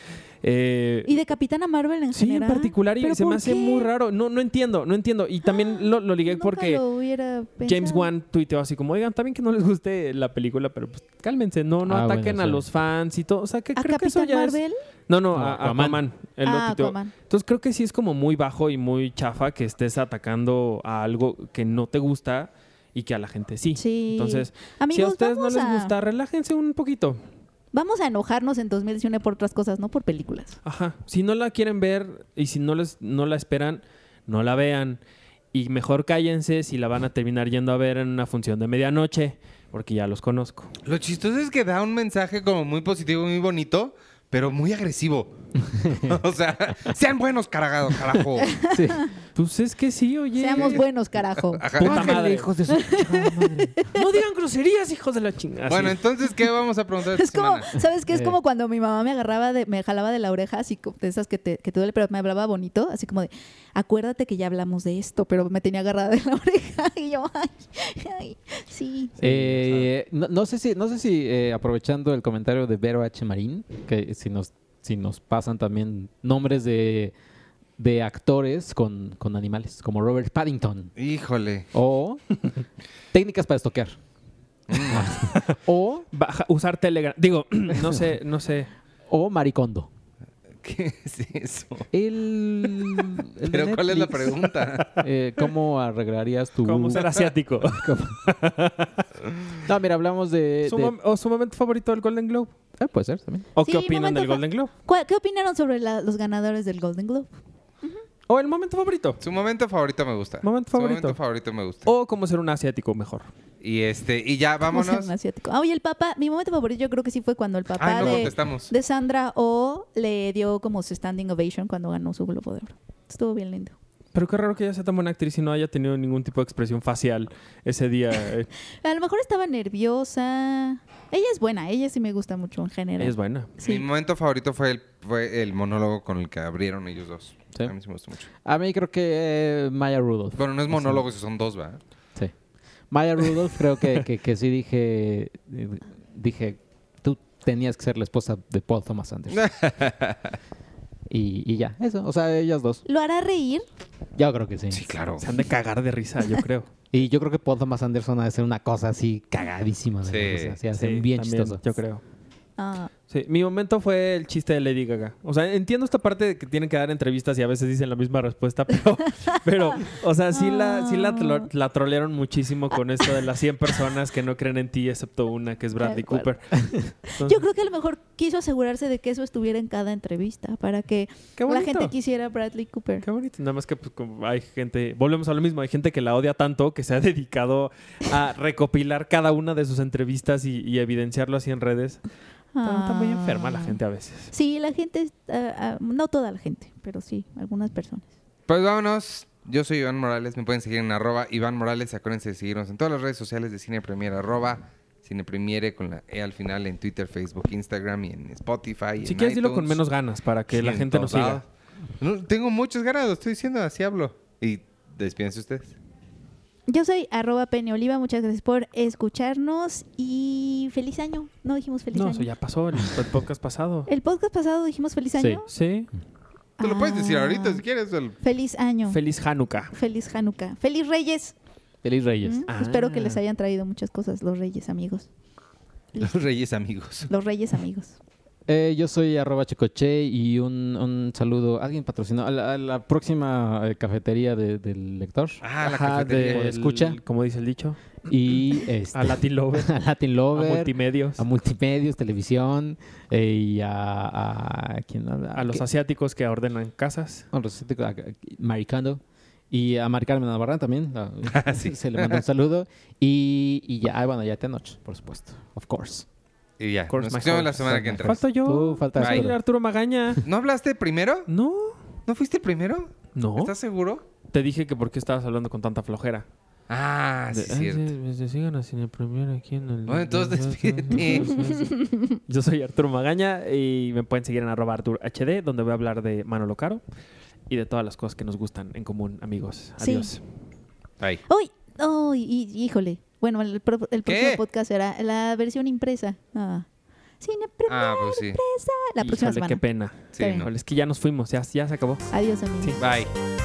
S2: eh,
S3: Y de Capitana Marvel en
S2: Sí, en
S3: general.
S2: particular, y
S3: ¿Pero
S2: se me
S3: por
S2: hace
S3: qué?
S2: muy raro. No, no entiendo, no entiendo. Y también lo, lo ligué
S3: Nunca
S2: porque
S3: lo hubiera
S2: James
S3: pensado.
S2: Wan tuiteó así como, oigan, también que no les guste la película, pero pues cálmense, no, no
S4: Ah, bueno,
S2: ataquen a
S4: sí.
S2: los fans y todo. O sea, que
S3: ¿A
S2: creo que eso
S3: Capitán
S2: ya es-
S3: Marvel?
S2: No, no,
S4: No,
S2: a, a
S4: Aquaman.
S2: Aquaman. Él lo
S3: Ah,
S2: tuiteó.
S3: Aquaman.
S2: Entonces creo que sí es como muy bajo y muy chafa que estés atacando a algo que no te gusta y que a la gente sí.
S3: Sí.
S2: Entonces, si a
S3: Amigos,
S2: ustedes no
S3: vamos
S2: les
S3: a-
S2: gusta, relájense un poquito.
S3: Vamos a enojarnos en 2019 por otras cosas, no por películas.
S2: Ajá. Si no la quieren ver y si no, les, no la esperan, no la vean. Y mejor cállense si la van a terminar yendo a ver en una función de medianoche, porque ya los conozco.
S1: Lo chistoso es que da un mensaje como muy positivo, muy bonito, pero muy agresivo. o sea, sean buenos cargados, carajo.
S4: Sí.
S2: Pues es que sí, oye.
S3: Seamos buenos, carajo.
S1: Ajá.
S2: Puta madre.
S4: hijos de su chingada madre.
S2: No digan groserías, hijos de la chingada.
S1: Bueno,
S2: Así.
S1: entonces, ¿qué vamos a preguntar esta
S3: Es como,
S1: semana?
S3: ¿sabes qué? Es
S4: Eh.
S3: como cuando mi mamá me agarraba, de, me jalaba de la oreja, así co- de esas que te, que te duele, pero me hablaba bonito, así como de, acuérdate que ya hablamos de esto, pero me tenía agarrada de la oreja y yo, ay, ay, sí.
S4: Eh, no, no sé si, no sé si eh, aprovechando el comentario de Vero H. Marín, que si nos, si nos pasan también nombres de, de actores con, con animales, como Robert Paddington,
S1: Híjole.
S4: o técnicas para estoquear,
S1: Mm.
S4: o,
S2: Baja- usar Telegram. Digo, no sé, no sé.
S4: o Maricondo.
S1: ¿Qué es eso?
S4: El, el de
S1: Pero, ¿cuál es la
S4: Netflix,
S1: pregunta?
S4: eh, ¿Cómo arreglarías tu...
S2: Cómo ser asiático.
S4: cómo- no, mira, hablamos de...
S2: Su
S4: de-
S2: mom- ¿O su momento favorito del Golden Globe?
S4: Ah, puede ser también.
S2: ¿O
S3: Sí,
S2: qué opinan
S3: momento
S2: del
S3: fa-
S2: Golden Globe?
S3: ¿Cuál- ¿Qué opinaron sobre la- los ganadores del Golden Globe?
S2: ¿O el momento favorito?
S1: Su momento favorito me gusta.
S2: Momento
S1: Su
S2: favorito. Oh.
S1: momento favorito me gusta.
S2: ¿O cómo ser un asiático mejor?
S1: Y este, y ya,
S3: Vamos a
S1: vámonos.
S3: un asiático. Ah, oye, el papá, mi momento favorito yo creo que sí fue cuando el papá
S1: Ay, no
S3: de,
S1: contestamos.
S3: de Sandra O le dio como su standing ovation cuando ganó su Globo de Oro. Estuvo bien lindo.
S2: Pero qué raro que ella sea tan buena actriz y no haya tenido ningún tipo de expresión facial ese día. Eh,
S3: A lo mejor estaba nerviosa. Ella es buena, ella sí me gusta mucho en general.
S2: ella es buena.
S1: Mi momento favorito fue el, fue el monólogo con el que abrieron ellos dos.
S4: Sí.
S1: A mí sí me gustó mucho.
S4: A mí creo que eh, Maya Rudolph.
S1: Bueno, no es monólogo si son dos, ¿va?
S4: Sí. Maya Rudolph, creo que, que, que sí dije. eh, Dije, tú tenías que ser la esposa de Paul Thomas Anderson. y, y ya, eso. O sea, ellas dos.
S3: ¿Lo hará reír?
S4: Yo creo que sí.
S1: Sí, claro.
S2: Se han de cagar de risa, yo creo.
S4: Y yo creo que Paul Thomas Anderson ha de ser una cosa así cagadísima.
S1: Sí.
S4: ¿verdad? O sea, sí, ha de ser
S2: Sí,
S4: bien
S2: también,
S4: chistoso.
S2: Yo creo.
S3: Ah,
S2: Sí, mi momento fue el chiste de Lady Gaga. O sea, entiendo esta parte de que tienen que dar entrevistas y a veces dicen la misma respuesta, pero, pero o sea, sí, la, sí la,
S3: Ah.
S2: tro- la trolearon muchísimo con esto de las 100 personas que no creen en ti, excepto una que es Bradley
S3: De acuerdo.
S2: Cooper.
S3: yo creo que a lo mejor quiso asegurarse de que eso estuviera en cada entrevista para que
S2: Qué
S3: la
S2: bonito.
S3: gente quisiera a Bradley Cooper.
S2: Qué bonito. Nada más que pues, como hay gente, volvemos a lo mismo, hay gente que la odia tanto que se ha dedicado a recopilar cada una de sus entrevistas y, y evidenciarlo así en redes. Está, está muy
S3: Ah.
S2: enferma la gente a veces.
S3: Sí, la gente, es- ah, ah, no toda la gente, pero sí, algunas personas.
S1: Pues vámonos. Yo soy Iván Morales. Me pueden seguir en arroba Iván Morales. Acuérdense de seguirnos en todas las redes sociales de Cine Premier. Arroba Cine Premiere con la E al final en Twitter, Facebook, Instagram y en Spotify. y
S2: Si
S1: en
S2: quieres, dilo
S1: iTunes.
S2: con menos ganas para que
S1: Sí,
S2: la
S1: en
S2: gente nos
S1: todos
S2: siga.
S1: lados. No, tengo muchos ganados. Estoy diciendo, así hablo. Y despídense ustedes.
S3: Yo soy arroba Penny Oliva, muchas gracias por escucharnos y feliz año. No dijimos feliz
S2: No,
S3: año.
S2: eso ya pasó, el, el podcast pasado.
S3: El podcast pasado dijimos feliz
S4: Sí.
S3: año.
S2: Sí.
S1: Te lo puedes decir
S3: Ah.
S1: ahorita si quieres. el-
S3: Feliz año.
S2: Feliz Hanukkah.
S3: feliz Hanukkah. Feliz Reyes.
S4: Feliz Reyes.
S3: Mm, Espero que
S2: Ah.
S3: les hayan traído muchas cosas los Reyes amigos.
S1: Los Reyes Amigos.
S3: Los Reyes amigos.
S4: Eh, yo soy arroba Checoche y un, un saludo. ¿Alguien patrocinó? A la, a la próxima eh, cafetería de- del lector.
S1: Ah, la
S2: Ajá,
S1: cafetería.
S2: del-
S4: Escucha.
S2: Como dice el dicho.
S4: Y este,
S2: A Latin Lover.
S4: a Latin Lover,
S2: A multimedios.
S4: a
S2: A,
S4: multimedios, televisión eh, y a, a- ¿quién más?
S2: los
S4: ¿Qué?
S2: asiáticos que ordenan casas.
S4: a los asiáticos, a- a- Maricando. Y a Mari Carmen Navarra también. la-
S1: Ah, sí.
S4: Se le manda un saludo. Y, y ya, ah, bueno, ya te noche, por supuesto. Of course.
S1: Y ya.
S2: Of course,
S1: Nos
S2: my
S1: escuchamos la
S2: heart.
S1: semana que entra.
S2: Falta yo.
S4: Tú, falta
S2: Soy
S1: Arturo.
S2: Arturo Magaña.
S1: ¿No hablaste primero?
S2: No,
S1: ¿No fuiste el primero?
S2: no.
S1: ¿Estás seguro?
S2: Te dije que por qué estabas hablando con tanta flojera.
S1: Ah, sí,
S2: De-
S1: es
S2: Ay,
S1: cierto.
S2: sí, pues, sigan a Cine Premier aquí en el...
S1: Bueno, entonces despídete.
S2: Yo soy Arturo Magaña y me pueden seguir en arroba Artur HD, donde voy a hablar de Manolo Caro y de todas las cosas que nos gustan en común, amigos.
S3: Sí.
S2: Adiós. ah,
S1: Ay.
S3: ¡Uy! ¡Oh! y- y- híjole. Bueno, el, pro- el próximo podcast será la versión impresa. Ah. Cine Premier
S1: Ah, pues sí.
S3: impresa. La próxima
S2: Híjole,
S3: semana.
S2: qué pena.
S1: Sí, no.
S2: Híjole, es que ya nos fuimos, ya, ya se acabó.
S3: Adiós, amigos.
S1: Bye.